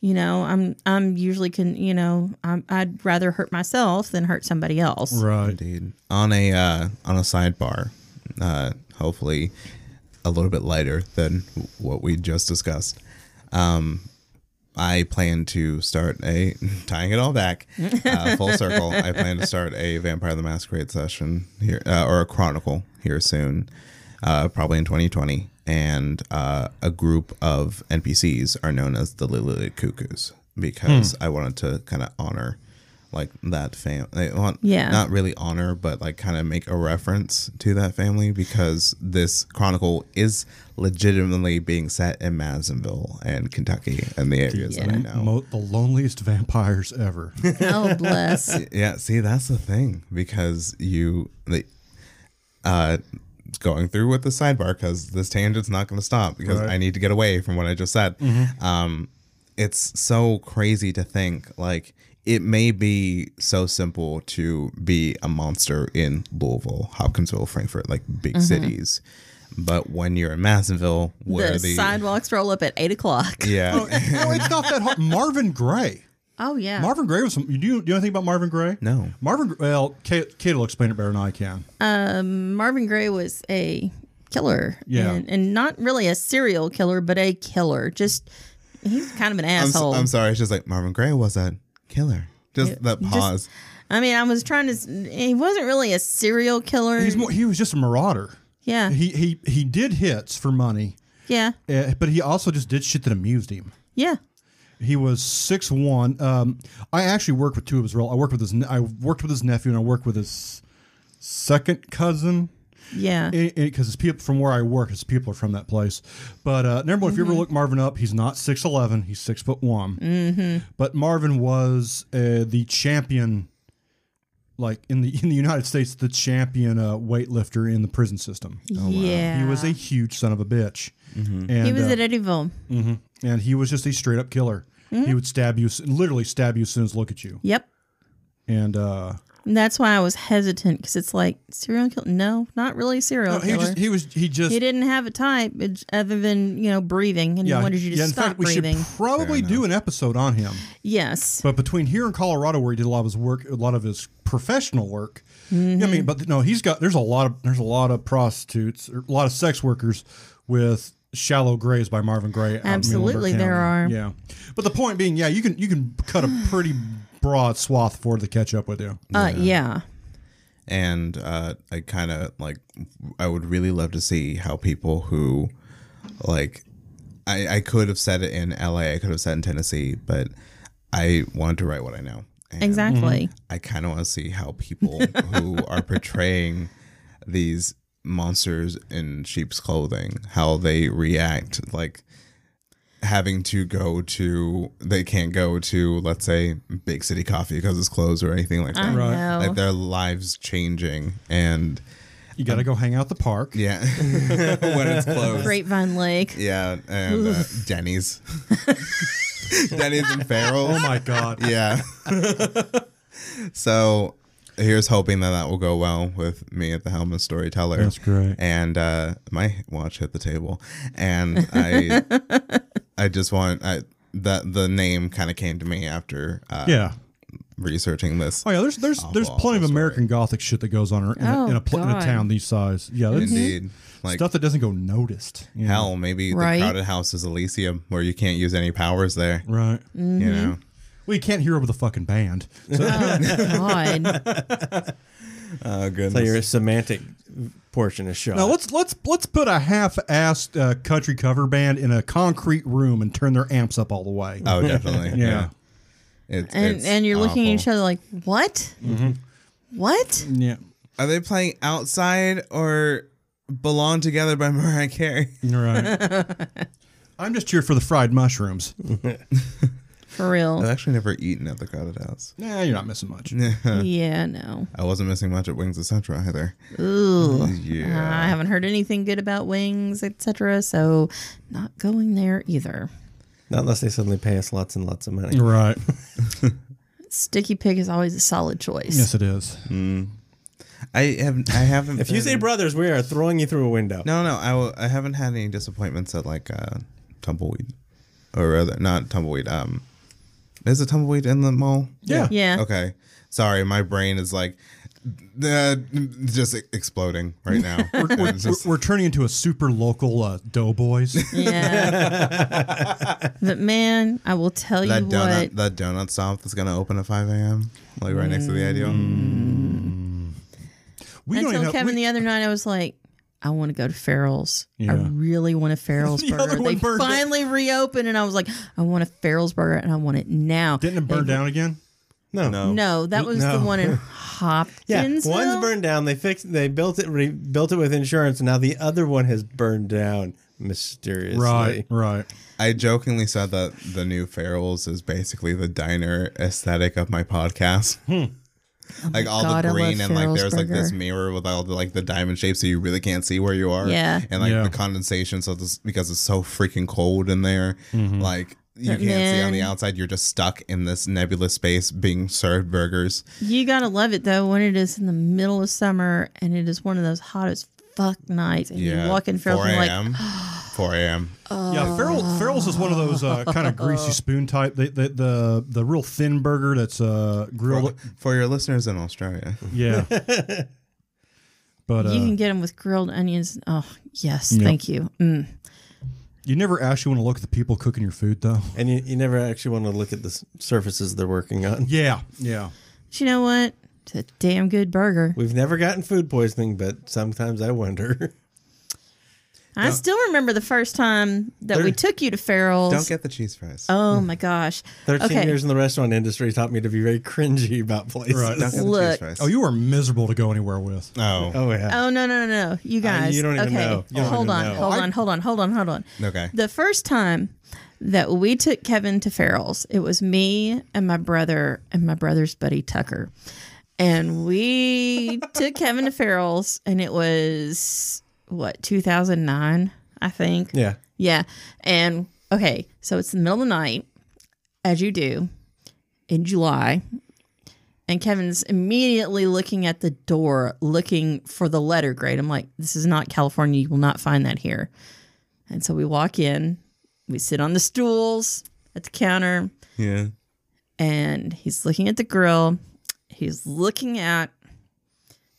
Speaker 1: you know i'm i'm usually can you know I'm, i'd rather hurt myself than hurt somebody else
Speaker 2: right.
Speaker 4: Indeed. On a uh, on a sidebar, uh, hopefully a little bit lighter than what we just discussed. Um, I plan to start a [LAUGHS] tying it all back uh, full circle. I plan to start a Vampire the Masquerade session here uh, or a chronicle here soon, uh, probably in 2020. And uh, a group of NPCs are known as the Lily Cuckoos because I wanted to kind of honor like that fam. I want
Speaker 1: Yeah.
Speaker 4: not really honor, but like kind of make a reference to that family because this chronicle is legitimately being set in Madisonville and Kentucky and the areas that I know.
Speaker 2: Mo- the loneliest vampires ever.
Speaker 1: oh [LAUGHS] bless
Speaker 4: Yeah, see, that's the thing because you, the, uh, going through with the sidebar because this tangent's not going to stop because
Speaker 2: Right.
Speaker 4: I need to get away from what I just said. Um, it's so crazy to think like it may be so simple to be a monster in Louisville, Hopkinsville, Frankfurt, like big cities, but when you're in Madisonville, where
Speaker 1: Mm-hmm. the Oh,
Speaker 4: the,
Speaker 1: sidewalks roll up at eight o'clock
Speaker 4: yeah, [LAUGHS]
Speaker 2: no, it's not that hard. Marvin Gaye.
Speaker 1: Oh yeah.
Speaker 2: Marvin Gaye was some. You do, you know anything about Marvin Gaye?
Speaker 4: No.
Speaker 2: Marvin. Well, Kate, Kate will explain it better than I can.
Speaker 1: Um, Marvin Gaye was a killer.
Speaker 2: Yeah.
Speaker 1: And, and not really a serial killer, but a killer. Just he's kind of an
Speaker 4: I'm, so,
Speaker 1: asshole.
Speaker 4: I'm sorry, it's just like Marvin Gray was a killer. Just that pause.
Speaker 1: I mean, I was trying to. s- He wasn't really a serial killer.
Speaker 2: He's more, he was just a marauder.
Speaker 1: yeah.
Speaker 2: He he he did hits for money,
Speaker 1: yeah.
Speaker 2: uh, but he also just did shit that amused him.
Speaker 1: Yeah.
Speaker 2: He was six one. Um, I actually worked with two of his relatives. I worked with his. ne- I worked with his nephew, and I worked with his second cousin
Speaker 1: Yeah.
Speaker 2: because it's people from where I work. It's people are from that place. But uh, number one, if you
Speaker 1: Mm-hmm.
Speaker 2: ever look Marvin up, he's not six eleven. He's six foot one.
Speaker 1: Mm-hmm.
Speaker 2: But Marvin was uh, the champion, like in the in the United States, the champion uh, weightlifter in the prison system.
Speaker 1: Yeah.
Speaker 2: Oh, He was a huge son of a bitch. And,
Speaker 1: Oh, He was
Speaker 2: uh,
Speaker 1: at Eddyville.
Speaker 2: and he was just a straight up killer.
Speaker 1: Mm-hmm.
Speaker 2: He would stab you, s- literally stab you as soon as look at you.
Speaker 1: Yep.
Speaker 2: And uh,
Speaker 1: And that's why I was hesitant because it's like serial killer. No, not really serial
Speaker 2: he
Speaker 1: Oh, killer.
Speaker 2: just he was he just
Speaker 1: He didn't have a type it's- other than you know breathing, and he wanted you to
Speaker 2: yeah, in
Speaker 1: stop
Speaker 2: fact,
Speaker 1: breathing.
Speaker 2: We should probably do an episode on him.
Speaker 1: yes,
Speaker 2: But between here and Colorado, where he did a lot of his work, a lot of his professional work. I
Speaker 1: Mm-hmm.
Speaker 2: mean, but no, he's got there's a lot of there's a lot of prostitutes, or a lot of sex workers with shallow graves by Marvin Gaye. out in Muhlenberg
Speaker 1: Absolutely, there
Speaker 2: County.
Speaker 1: are.
Speaker 2: Yeah, but the point being, yeah, you can you can cut a pretty broad swath for it to catch up with you.
Speaker 1: uh, yeah,
Speaker 4: and uh, I kind of like I would really love to see how people who like I, I could have said it in LA, I could have said it in Tennessee, but I wanted to write what I know. And
Speaker 1: exactly.
Speaker 2: Mm-hmm.
Speaker 4: I kind of want to see how people who are portraying these monsters in sheep's clothing, how they react, like having to go to they can't go to let's say big city coffee because it's closed or anything like that
Speaker 1: I
Speaker 2: Right.
Speaker 1: know.
Speaker 4: like their lives changing and
Speaker 2: You got to go hang out the park.
Speaker 4: yeah [LAUGHS] when it's closed
Speaker 1: Grapevine Lake.
Speaker 4: [LAUGHS] yeah and uh, denny's [LAUGHS] denny's and farrell's
Speaker 2: [LAUGHS] Oh my god.
Speaker 4: yeah [LAUGHS] so here's hoping that that will go well with me at the helm as storyteller
Speaker 2: That's great.
Speaker 4: and uh my watch hit the table and i i just want i that the name kind of came to me after uh
Speaker 2: Yeah.
Speaker 4: researching this
Speaker 2: Oh yeah, there's there's there's
Speaker 4: Awful,
Speaker 2: plenty of
Speaker 4: awful
Speaker 2: American Gothic shit that goes on in, a, in, a,
Speaker 1: Oh,
Speaker 2: pl- in a
Speaker 1: God.
Speaker 2: town these size. Yeah, there's
Speaker 4: indeed like
Speaker 2: stuff that doesn't go noticed. you know?
Speaker 4: hell maybe
Speaker 1: Mm-hmm. Right.
Speaker 4: the crowded house is elysium where you can't use any powers there
Speaker 2: Right.
Speaker 4: you
Speaker 1: Mm-hmm.
Speaker 4: know
Speaker 2: Well, you can't hear over the fucking band. So,
Speaker 4: [LAUGHS]
Speaker 1: God,
Speaker 4: oh goodness
Speaker 3: So
Speaker 4: [LAUGHS]
Speaker 3: your semantic portion is shot.
Speaker 2: now let's let's let's put a half-assed uh, country cover band in a concrete room and turn their amps up all the way.
Speaker 4: oh definitely
Speaker 2: Uh, Yeah.
Speaker 4: yeah, It's,
Speaker 1: and
Speaker 4: it's
Speaker 1: and you're looking at each
Speaker 4: awful. Mm-hmm.
Speaker 1: other like what? What?
Speaker 2: yeah.
Speaker 4: Are they playing outside or belong together by [LAUGHS] Mariah Carey?
Speaker 2: You're right. [LAUGHS] I'm just here for the fried mushrooms.
Speaker 1: For
Speaker 4: I've [LAUGHS]
Speaker 1: real?
Speaker 4: actually never eaten at the crowded house.
Speaker 2: Nah, you're not missing much.
Speaker 1: yeah, no.
Speaker 4: I wasn't missing much at Wings Etc. either.
Speaker 1: Ooh. I
Speaker 4: [LAUGHS] Yeah.
Speaker 1: haven't heard anything good about wings, etc. So, not going there either.
Speaker 3: Not unless they suddenly pay us lots and lots of money.
Speaker 2: You're [LAUGHS] right.
Speaker 1: Sticky pig is always a solid choice.
Speaker 2: Yes, it [LAUGHS] is.
Speaker 4: I have I haven't
Speaker 3: If you say
Speaker 4: been-
Speaker 3: brothers, we are throwing you through a window.
Speaker 4: No, no, I w- I haven't had any disappointments at like uh tumbleweed or rather not tumbleweed um is it tumbleweed in the mall?
Speaker 2: Yeah.
Speaker 1: Yeah.
Speaker 4: Okay. Sorry, my brain is like uh, just exploding right now. It's
Speaker 2: We're,
Speaker 4: just-
Speaker 2: we're turning into a super local uh, [LAUGHS] Doughboys.
Speaker 1: Yeah.
Speaker 4: [LAUGHS]
Speaker 1: but man, I will tell
Speaker 4: that
Speaker 1: you
Speaker 4: donut
Speaker 1: what.
Speaker 4: that donut stop that's gonna open at 5 a.m like right next to the ideal
Speaker 2: We
Speaker 1: Until
Speaker 2: have-
Speaker 1: Kevin
Speaker 2: we-
Speaker 1: the other night, I was like, I want to go to Farrell's. I
Speaker 2: Yeah.
Speaker 1: really want a Farrell's
Speaker 2: [LAUGHS] The other
Speaker 1: burger.
Speaker 2: one
Speaker 1: They
Speaker 2: burned it.
Speaker 1: finally reopened, and I was like, I want a Farrell's burger, and I want it now.
Speaker 2: Didn't it burn
Speaker 1: They-
Speaker 2: down again?
Speaker 3: No.
Speaker 1: No, that was
Speaker 3: No.
Speaker 1: the one
Speaker 2: [LAUGHS]
Speaker 1: in
Speaker 3: Yeah,
Speaker 1: Hopkins.
Speaker 3: one's burned down. They fixed. They built it. Rebuilt it with insurance. And now the other one has burned down mysteriously.
Speaker 2: Right, right.
Speaker 4: i jokingly said that the new ferals is basically the diner aesthetic of my podcast
Speaker 2: Hmm. Oh
Speaker 4: like all
Speaker 1: God, I
Speaker 4: the
Speaker 1: love
Speaker 4: green and like
Speaker 1: Ferrell's
Speaker 4: there's like this
Speaker 1: burger.
Speaker 4: mirror with all the like the diamond shape so you really can't see where you are
Speaker 1: Yeah.
Speaker 4: and like
Speaker 2: Yeah.
Speaker 4: the condensation so this because it's so freaking cold in there
Speaker 2: Mm-hmm.
Speaker 4: like you
Speaker 1: But
Speaker 4: can't see on the
Speaker 1: man-
Speaker 4: outside you're just stuck in this nebulous space being served burgers
Speaker 1: You gotta love it though when it is in the middle of summer and it is one of those hottest fuck nights, and
Speaker 4: yeah
Speaker 1: you walk in Farrell's
Speaker 4: 4
Speaker 1: and you're like, [GASPS] Oh.
Speaker 4: a.m 4 a.m
Speaker 2: Yeah, Farrell, Farrell's is one of those uh, kind of
Speaker 1: [LAUGHS]
Speaker 2: greasy spoon type. The, the the the real thin burger that's uh,
Speaker 4: for,
Speaker 2: grilled.
Speaker 4: for your listeners in australia
Speaker 2: [LAUGHS] Yeah. But uh,
Speaker 1: you can
Speaker 2: you,
Speaker 1: get them with grilled onions. Oh yes,
Speaker 2: Yep.
Speaker 1: thank you. Mm.
Speaker 2: never actually want to look at the people cooking your food, though.
Speaker 3: And you, you never actually want to look at the s- surfaces they're working on.
Speaker 2: [LAUGHS] Yeah, yeah.
Speaker 1: But you know what? It's a damn good burger.
Speaker 3: [LAUGHS] We've never gotten food poisoning, but sometimes I wonder.
Speaker 1: I still remember the first time that we took you to Farrell's.
Speaker 4: Don't get the cheese fries.
Speaker 1: oh my gosh.
Speaker 3: 13
Speaker 1: okay.
Speaker 3: Mm. years in the restaurant industry taught me to be very cringy about places.
Speaker 2: Right.
Speaker 4: Don't get the cheese
Speaker 1: look.
Speaker 4: fries.
Speaker 2: Oh, you were miserable to go anywhere with.
Speaker 4: Oh.
Speaker 3: [LAUGHS] Oh, yeah.
Speaker 1: Oh no no no no! You guys,
Speaker 3: you don't even
Speaker 1: okay,
Speaker 3: know. You don't
Speaker 1: hold
Speaker 3: even
Speaker 1: on,
Speaker 3: know.
Speaker 1: hold on, hold on, hold on, hold on.
Speaker 4: Okay.
Speaker 1: The first time that we took Kevin to Farrell's, it was me and my brother and my brother's buddy Tucker, and
Speaker 3: [LAUGHS]
Speaker 1: we took Kevin to Farrell's, and it was what 2009, I think.
Speaker 3: Yeah.
Speaker 1: Yeah. And okay, so it's the middle of the night, as you do in July. And Kevin's immediately looking at the door, looking for the letter grade. I'm like, this is not California. You will not find that here. And so we walk in, we sit on the stools at the counter,
Speaker 4: Yeah.
Speaker 1: and he's looking at the grill. He's looking at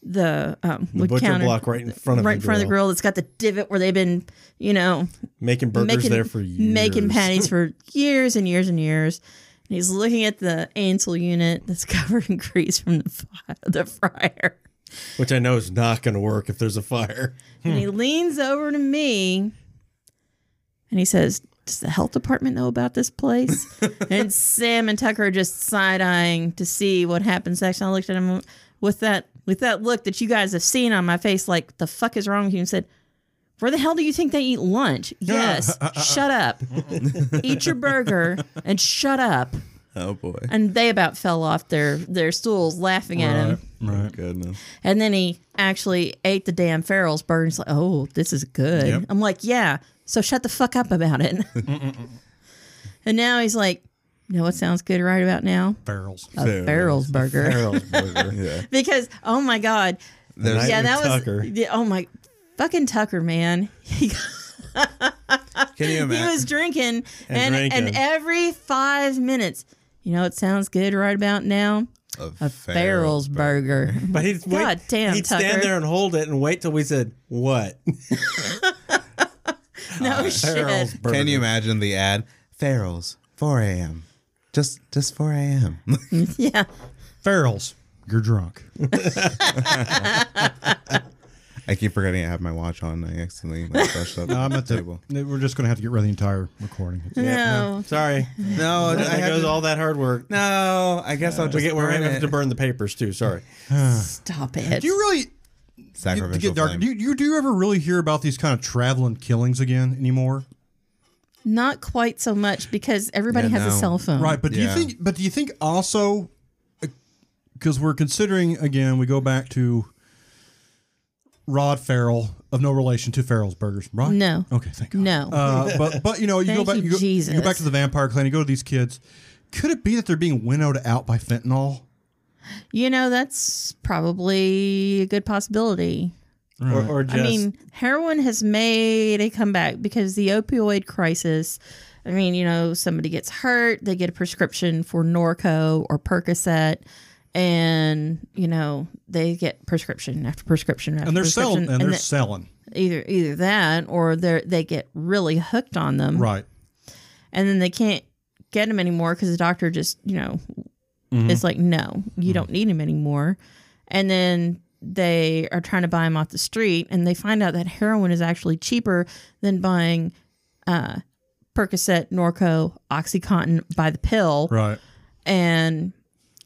Speaker 1: the um,
Speaker 3: The
Speaker 1: wood
Speaker 3: butcher
Speaker 1: counter
Speaker 3: block right in front of
Speaker 1: right in front of the grill that's got the divot where they've been, you know,
Speaker 3: Making burgers there for years.
Speaker 1: making patties
Speaker 3: [LAUGHS]
Speaker 1: for years and years and years. And he's looking at the Ansel unit that's [LAUGHS] covered in grease from the fi- the fryer.
Speaker 3: Which I know is not going to work if there's a fire. [LAUGHS]
Speaker 1: And he leans over to me and he says, Does the health department know about this place? and Sam and Tucker are just side eyeing to see what happens next. And I looked at him with that with that look that you guys have seen on my face, like the fuck is wrong with you? And said, Where the hell do you think they eat lunch? Yes. shut up. eat your burger and shut up.
Speaker 4: Oh boy.
Speaker 1: And they about fell off their, their stools laughing at him.
Speaker 2: Right.
Speaker 4: Goodness.
Speaker 1: And then he actually ate the damn Farrell's bird. And he's like, oh, this is good. I'm like, yeah. So shut the fuck up about it. [LAUGHS] and now he's like, you know what sounds good right about now?
Speaker 2: Barrels.
Speaker 1: A Farrell's, burger. [LAUGHS]
Speaker 4: yeah.
Speaker 1: because, oh my God.
Speaker 4: There's,
Speaker 1: Yeah,
Speaker 3: With
Speaker 1: that was.
Speaker 3: Tucker.
Speaker 1: yeah, oh my. Fucking Tucker, man. [LAUGHS] He, got-
Speaker 4: [LAUGHS] Can you
Speaker 1: he
Speaker 4: imagine?
Speaker 1: was drinking and, and,
Speaker 3: drinking.
Speaker 1: every five minutes, you know, it sounds good right about now.
Speaker 4: of
Speaker 1: A Farrell's burger. [LAUGHS]
Speaker 3: But he'd wait,
Speaker 1: God damn,
Speaker 3: He'd
Speaker 1: Tucker.
Speaker 3: stand there and hold it and wait till we said what.
Speaker 1: No shit.
Speaker 3: Farrell's burger.
Speaker 4: Can you imagine the ad? Farrell's 4 a.m. Just just 4 a.m.
Speaker 1: Yeah.
Speaker 2: Farrell's. You're drunk.
Speaker 4: [LAUGHS] I keep forgetting I have my watch on. I accidentally like, brushed up
Speaker 2: I'm at
Speaker 4: the
Speaker 2: the,
Speaker 4: table.
Speaker 2: we're just going to have to get rid of the entire recording.
Speaker 1: No.
Speaker 3: Sorry,
Speaker 4: No, I
Speaker 3: that
Speaker 4: had
Speaker 3: goes
Speaker 4: to-
Speaker 3: all that hard work.
Speaker 4: No, I guess I'll just
Speaker 3: we get, we're
Speaker 4: burn
Speaker 3: going to have
Speaker 4: it.
Speaker 3: to burn the papers too. Sorry.
Speaker 1: Stop it.
Speaker 2: Do you really to
Speaker 4: Sacrificial
Speaker 2: get dark?
Speaker 4: flame.
Speaker 2: Do you, you do you ever really hear about these kind of traveling killings again anymore?
Speaker 1: Not quite so much because everybody
Speaker 4: Yeah,
Speaker 1: has
Speaker 4: no.
Speaker 1: a cell phone.
Speaker 2: Right, but do
Speaker 4: Yeah.
Speaker 2: you think? But do you think also? Because we're considering again, we go back to Rod Farrell of no relation to Farrell's Burgers, right?
Speaker 1: No.
Speaker 2: Okay, thank God.
Speaker 1: No. [LAUGHS]
Speaker 2: Uh, but but you know you go
Speaker 1: Thank
Speaker 2: back
Speaker 1: you,
Speaker 2: you, go, you
Speaker 1: Jesus.
Speaker 2: go back to the vampire clan you go to these kids could it be that they're being winnowed out by fentanyl
Speaker 1: you know, that's probably a good possibility.
Speaker 2: Mm.
Speaker 3: Or, or just
Speaker 1: I mean, heroin has made a comeback because the opioid crisis. I mean, you know, somebody gets hurt, they get a prescription for Norco or Percocet, and you know they get prescription after prescription after
Speaker 2: and they're
Speaker 1: prescription,
Speaker 2: selling and they're
Speaker 1: the-
Speaker 2: selling
Speaker 1: either either that or they they get really hooked on them,
Speaker 2: right
Speaker 1: and then they can't get him anymore because the doctor just you know
Speaker 2: Mm-hmm.
Speaker 1: is like no you don't need him anymore and then they are trying to buy him off the street and they find out that heroin is actually cheaper than buying uh, percocet norco oxycontin by the pill
Speaker 2: right
Speaker 1: and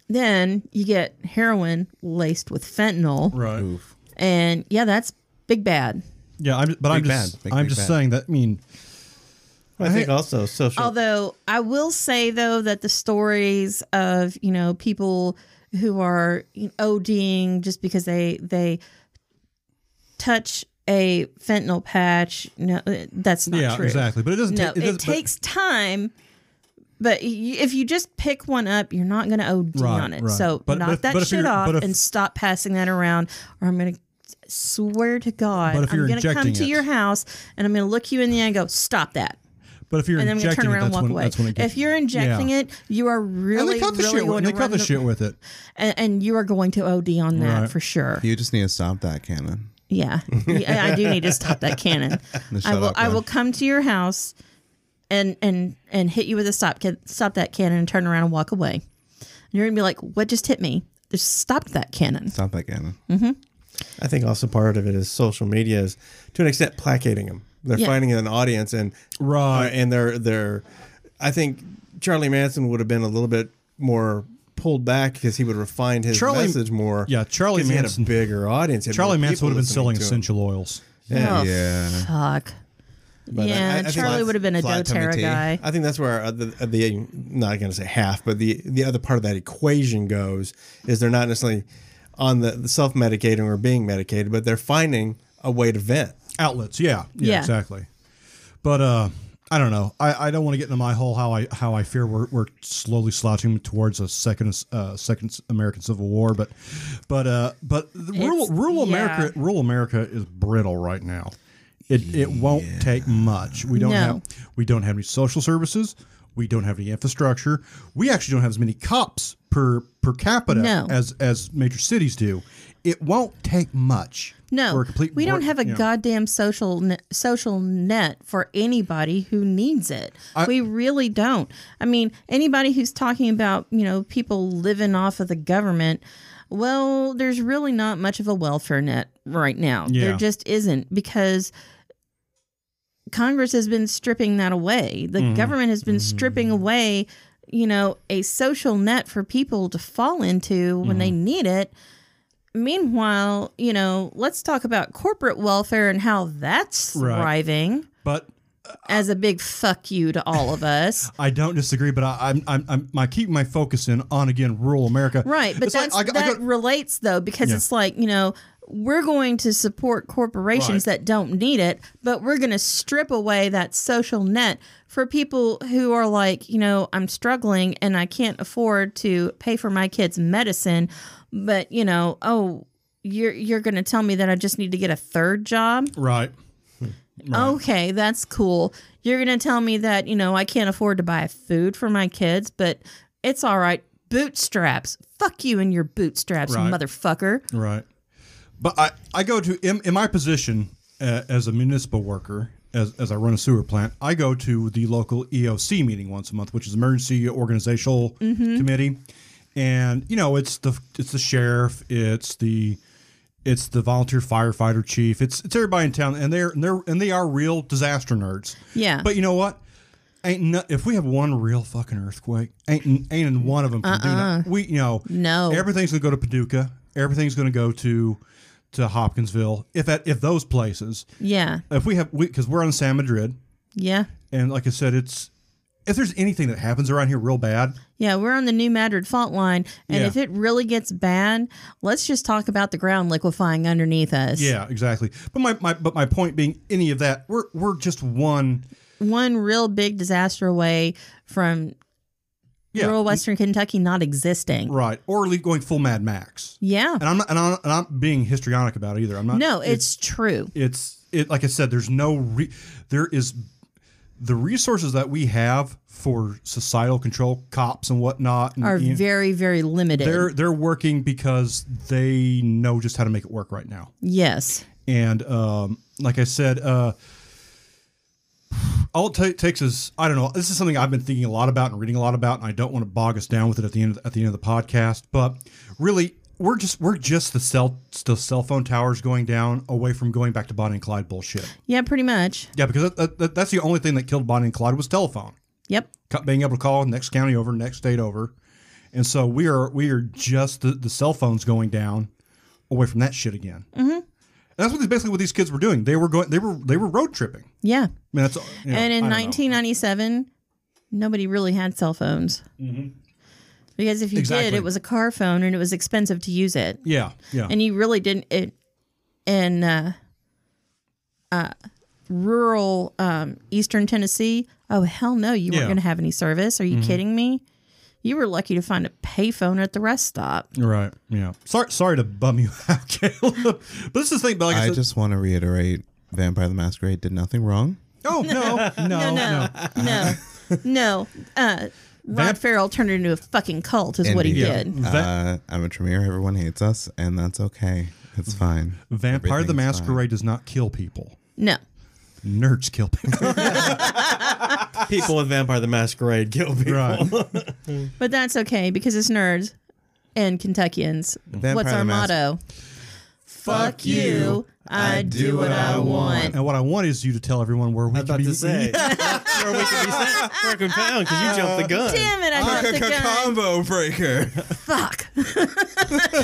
Speaker 1: then you get heroin laced with fentanyl
Speaker 2: right
Speaker 4: Oof.
Speaker 1: and yeah that's big bad
Speaker 2: yeah I'm, but i'm
Speaker 4: Big
Speaker 2: just
Speaker 4: bad. Big,
Speaker 2: i'm
Speaker 4: big
Speaker 2: just
Speaker 4: bad.
Speaker 2: saying that i mean
Speaker 3: I think also social.
Speaker 1: Although I will say though that the stories of you know people who are you know, ODing just because they they touch a fentanyl patch, no, that's not
Speaker 2: yeah
Speaker 1: true.
Speaker 2: exactly but it doesn't
Speaker 1: No,
Speaker 2: take
Speaker 1: it,
Speaker 2: doesn't- but-
Speaker 1: takes time. But y- if you just pick one up, you're not going to OD
Speaker 2: Right,
Speaker 1: on it.
Speaker 2: right.
Speaker 1: So
Speaker 2: But-
Speaker 1: knock
Speaker 2: but if-
Speaker 1: that
Speaker 2: but if
Speaker 1: shit
Speaker 2: you're-
Speaker 1: off
Speaker 2: but if-
Speaker 1: and stop passing that around, or I'm going to swear to God,
Speaker 2: But if
Speaker 1: I'm
Speaker 2: you're
Speaker 1: going to come
Speaker 2: injecting
Speaker 1: to
Speaker 2: it-
Speaker 1: your house and I'm going to look you in the eye and go, stop that
Speaker 2: but if you're
Speaker 1: and then we
Speaker 2: injecting
Speaker 1: turn around
Speaker 2: it
Speaker 1: and
Speaker 2: that's
Speaker 1: walk
Speaker 2: when,
Speaker 1: away.
Speaker 2: that's when it gets
Speaker 1: if you're injecting
Speaker 2: yeah.
Speaker 1: it, you are
Speaker 2: and
Speaker 1: really,
Speaker 2: they cut the
Speaker 1: really
Speaker 2: shit
Speaker 1: going
Speaker 2: with,
Speaker 1: to
Speaker 2: they cut
Speaker 1: run
Speaker 2: the shit with it
Speaker 1: and, and you are going to OD on that
Speaker 2: Right.
Speaker 1: for sure.
Speaker 4: You just need to stop that cannon.
Speaker 1: Yeah, yeah, I do need to stop that
Speaker 2: [LAUGHS]
Speaker 1: cannon. I
Speaker 4: shut
Speaker 1: will.
Speaker 4: up,
Speaker 1: I
Speaker 4: man.
Speaker 1: will come to your house, and and and hit you with a stop can, stop that cannon and turn around and walk away. And you're gonna be like, "What just hit me? Just stop that cannon."
Speaker 4: Stop
Speaker 1: Mm-hmm.
Speaker 4: that cannon.
Speaker 3: I think also part of it is social media is to an extent placating them. They're
Speaker 1: Yeah.
Speaker 3: finding an audience, and
Speaker 2: Right.
Speaker 3: uh, and they're they're. I think Charlie Manson would have been a little bit more pulled back because he would refine his
Speaker 2: Charlie-
Speaker 3: message more.
Speaker 2: yeah, Charlie
Speaker 3: 'cause he had
Speaker 2: Manson-
Speaker 3: a bigger audience. He had
Speaker 2: Charlie
Speaker 3: more
Speaker 2: Manson
Speaker 3: people
Speaker 2: would have been
Speaker 3: listening
Speaker 2: selling
Speaker 3: to him.
Speaker 2: essential oils.
Speaker 3: Yeah.
Speaker 1: Oh,
Speaker 4: Yeah.
Speaker 1: fuck.
Speaker 3: I- I
Speaker 1: yeah,
Speaker 3: think
Speaker 1: Charlie
Speaker 3: that's
Speaker 1: would have been a
Speaker 4: flat tummy
Speaker 1: doTERRA
Speaker 4: tea.
Speaker 1: guy.
Speaker 3: I think that's where uh, the, uh, the not going to say half, but the the other part of that equation goes is they're not necessarily on the, the self medicating or being medicated, but they're finding a way to vent.
Speaker 2: outlets. Yeah, yeah,
Speaker 1: Yeah.
Speaker 2: exactly. But uh, I don't know. I, I don't want to get into my whole how I how I fear we're, we're slowly slouching towards a second uh, second American Civil War. But but uh, but the rural
Speaker 1: It's-
Speaker 2: rural
Speaker 1: yeah.
Speaker 2: America rural America is brittle right now. It it won't take much. We don't
Speaker 1: No.
Speaker 2: have we don't have any social services. We don't have any infrastructure. We actually don't have as many cops per per capita
Speaker 1: No.
Speaker 2: as as major cities do. It won't take much.
Speaker 1: No,
Speaker 2: for a complete
Speaker 1: we don't
Speaker 2: war-
Speaker 1: have a
Speaker 2: you know.
Speaker 1: goddamn social ne- social net for anybody who needs it. we really don't. I mean, anybody who's talking about you know people living off of the government, well, there's really not much of a welfare net right now.
Speaker 2: Yeah.
Speaker 1: There just isn't because Congress has been stripping that away. The government has been stripping away, you know, a social net for people to fall into when they need it. Meanwhile, you know, let's talk about corporate welfare and how that's
Speaker 2: Right.
Speaker 1: thriving
Speaker 2: But
Speaker 1: as a big fuck you to all of us.
Speaker 2: I don't disagree, but I, I'm I'm I'm I keep my focus in on again rural America.
Speaker 1: Right, but
Speaker 2: It's like
Speaker 1: that's,
Speaker 2: I,
Speaker 1: that
Speaker 2: got- I got-
Speaker 1: relates though because
Speaker 2: Yeah.
Speaker 1: it's like you know we're going to support corporations
Speaker 2: Right.
Speaker 1: that don't need it, but we're going to strip away that social net for people who are like you know I'm struggling and I can't afford to pay for my kids' medicine, but you know oh you're you're going to tell me that I just need to get a third job.
Speaker 2: right.
Speaker 1: Okay, that's cool. You're going to tell me that, you know, I can't afford to buy food for my kids, but it's all right. Bootstraps. Fuck you and your bootstraps,
Speaker 2: Right.
Speaker 1: motherfucker.
Speaker 2: Right. But I, I go to in, in my position uh, as a municipal worker as, as I run a sewer plant, I go to the local EOC meeting once a month, which is Emergency Organizational
Speaker 1: Mm-hmm.
Speaker 2: Committee, and you know it's the it's the sheriff, it's the it's the volunteer firefighter chief, it's it's everybody in town, and they're and they're and they are real disaster nerds.
Speaker 1: Yeah.
Speaker 2: But you know what? Ain't no, if we have one real fucking earthquake, ain't ain't in one of them. Can do that. We you know
Speaker 1: Uh-uh. No.
Speaker 2: everything's gonna go to Paducah. Everything's gonna go to to Hopkinsville. If at if those places,
Speaker 1: Yeah.
Speaker 2: if we have because we, are on San Madrid,
Speaker 1: Yeah.
Speaker 2: and like I said, it's if there's anything that happens around here real bad,
Speaker 1: Yeah, we're on the new Madrid fault line. And
Speaker 2: Yeah.
Speaker 1: if it really gets bad, let's just talk about the ground liquefying underneath us.
Speaker 2: yeah, exactly. But my, my but my point being, any of that, we're we're just one.
Speaker 1: One real big disaster away from
Speaker 2: Yeah,
Speaker 1: rural Western Kentucky not existing.
Speaker 2: right. Or le- going full Mad Max.
Speaker 1: Yeah.
Speaker 2: And I'm not, and I'm, and I'm being histrionic about it either. I'm not.
Speaker 1: No, it's true.
Speaker 2: it's it like I said, there's no re- there is the resources that we have for societal control, cops and whatnot. And,
Speaker 1: Are
Speaker 2: you know,
Speaker 1: very, very limited.
Speaker 2: they're they're working because they know just how to make it work right now.
Speaker 1: yes.
Speaker 2: And um, like I said, uh, all it ta- takes is I don't know. This is something I've been thinking a lot about and reading a lot about, and I don't want to bog us down with it at the end of, at the end of the podcast. But really, we're just we're just the cell the cell phone towers going down away from going back to Bonnie and Clyde bullshit.
Speaker 1: Yeah, pretty much.
Speaker 2: Yeah, because that, that, that's the only thing that killed Bonnie and Clyde was telephone,
Speaker 1: Yep.
Speaker 2: Co- being able to call next county over, next state over, and so we are we are just the, the cell phones going down, away from that shit again. Mm-hmm. And that's what these, basically what these kids were doing. They were going they were they were road tripping. I
Speaker 1: Yeah.
Speaker 2: mean, that's you know,
Speaker 1: and in
Speaker 2: Oh, I don't know.
Speaker 1: 1997, nobody really had cell phones. Because if you did,
Speaker 2: Mm-hmm. Exactly.
Speaker 1: it was a car phone and it was expensive to use it.
Speaker 2: yeah, yeah,
Speaker 1: And you really didn't. It, in uh, uh, rural um, eastern Tennessee, oh, hell no, you
Speaker 2: Yeah. Mm-hmm.
Speaker 1: weren't going to have any service. Are you kidding me? You were lucky to find a payphone at the rest stop.
Speaker 2: right, yeah. Sorry, sorry to bum you [LAUGHS] out, Caleb. But this is the thing. But like I,
Speaker 4: I
Speaker 2: said,
Speaker 4: just want to reiterate Vampire the Masquerade did nothing wrong.
Speaker 2: oh [LAUGHS] no, no, no.
Speaker 1: No, no,
Speaker 2: [LAUGHS]
Speaker 1: no. Uh, Rod Farrell turned it into a fucking cult, is what he
Speaker 4: Indeed.
Speaker 2: Yeah.
Speaker 1: did.
Speaker 2: Va-
Speaker 4: Uh, I'm a Tremere. Everyone hates us, and that's okay. It's fine.
Speaker 2: Vampire the
Speaker 4: Everything's
Speaker 2: Masquerade does not kill people.
Speaker 1: No.
Speaker 2: Nerds kill
Speaker 4: [LAUGHS]
Speaker 2: people.
Speaker 3: [LAUGHS] People with Vampire the Masquerade kill people. [LAUGHS]
Speaker 1: But that's okay because it's nerds and Kentuckians.
Speaker 4: Vampire
Speaker 1: What's
Speaker 4: the
Speaker 1: our
Speaker 4: Mas-
Speaker 1: motto? fuck you. I do what I want.
Speaker 2: And what I want is you to tell everyone where we
Speaker 3: I
Speaker 2: can
Speaker 3: thought
Speaker 2: be.
Speaker 3: to say. [LAUGHS] or we could be sent for confound because you jumped the gun.
Speaker 1: Damn it, I dropped the gun.
Speaker 4: Combo breaker. [LAUGHS]
Speaker 1: Fuck.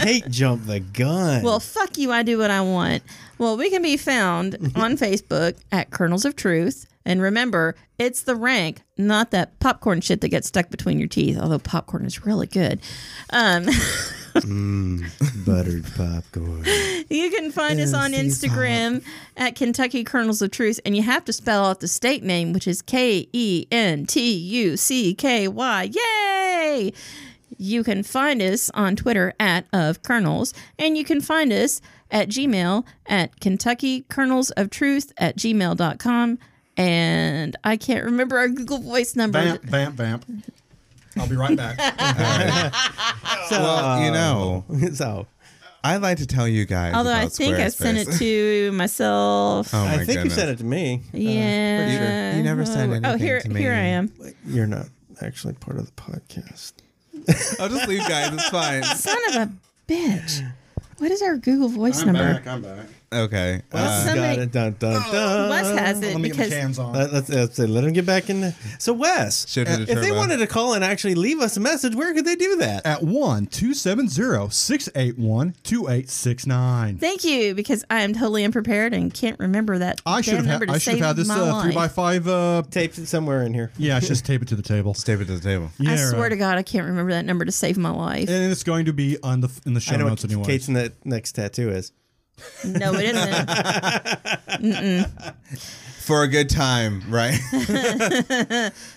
Speaker 3: Kate jumped the gun.
Speaker 1: Well, fuck you, I do what I want. Well, we can be
Speaker 4: [LAUGHS]
Speaker 1: found on Facebook at Kernels of Truth. And remember, it's the rank, not that popcorn shit that gets stuck between your teeth, although popcorn is really good. Um, [LAUGHS]
Speaker 3: buttered popcorn.
Speaker 1: you can find us on Instagram at Kentucky Kernels of Truth, and you have to spell out the state name, which is K E N T U C K Y. Yay! You can find us on Twitter at of kernels, and you can find us at Gmail at Kentucky Kernels of Truth at gmail.com. And I can't remember our Google Voice number.
Speaker 2: Vamp, vamp, vamp. I'll be right [LAUGHS] back.
Speaker 3: So
Speaker 4: Well, you know,
Speaker 3: [LAUGHS] so
Speaker 4: I'd like to tell you guys.
Speaker 1: Although
Speaker 4: about
Speaker 1: I think I sent it
Speaker 4: Squarespace.
Speaker 1: to myself.
Speaker 4: Oh my
Speaker 3: I think
Speaker 4: goodness.
Speaker 3: you said it to me.
Speaker 1: yeah.
Speaker 4: sure. You never send
Speaker 1: Oh,
Speaker 4: anything
Speaker 1: here,
Speaker 4: to me.
Speaker 1: here I am.
Speaker 3: You're not actually part of the podcast.
Speaker 4: I'll just leave, guys. It's fine.
Speaker 1: Son of a bitch. What is our Google voice number?
Speaker 2: I'm back.
Speaker 4: Okay. Uh,
Speaker 1: Somebody-
Speaker 3: Got it. Dun, dun, dun.
Speaker 1: Wes has it
Speaker 2: Uh, Let me get my
Speaker 1: because
Speaker 2: cans on.
Speaker 3: Let, us let's let him get back in. The, so Wes, uh,
Speaker 4: Shift it
Speaker 3: if
Speaker 4: to
Speaker 3: they
Speaker 4: turbo.
Speaker 3: wanted to call and actually leave us a message, where could they do that?
Speaker 2: At 1 270 681 2869.
Speaker 1: thank you because I am totally unprepared and can't remember that.
Speaker 2: I should
Speaker 1: damn
Speaker 2: have
Speaker 1: number
Speaker 2: had,
Speaker 1: to
Speaker 2: I should
Speaker 1: save
Speaker 2: have had this
Speaker 1: my
Speaker 2: uh, 3 by
Speaker 1: life.
Speaker 2: 5 uh,
Speaker 3: Taped it somewhere in here.
Speaker 2: Yeah, I should just tape it to the table.
Speaker 4: tape it to the table.
Speaker 1: I
Speaker 2: Yeah,
Speaker 1: swear
Speaker 2: right.
Speaker 1: to God, I can't remember that number to save my
Speaker 2: [LAUGHS]
Speaker 1: life.
Speaker 2: And it's going to be on the in the show
Speaker 3: I know
Speaker 2: notes
Speaker 3: what
Speaker 2: anyway.
Speaker 3: Kate's ne- next tattoo is.
Speaker 1: no, it isn't.
Speaker 4: For a good time, right?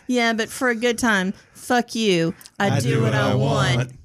Speaker 1: yeah, but for a good time, fuck you. I, do, what, I want.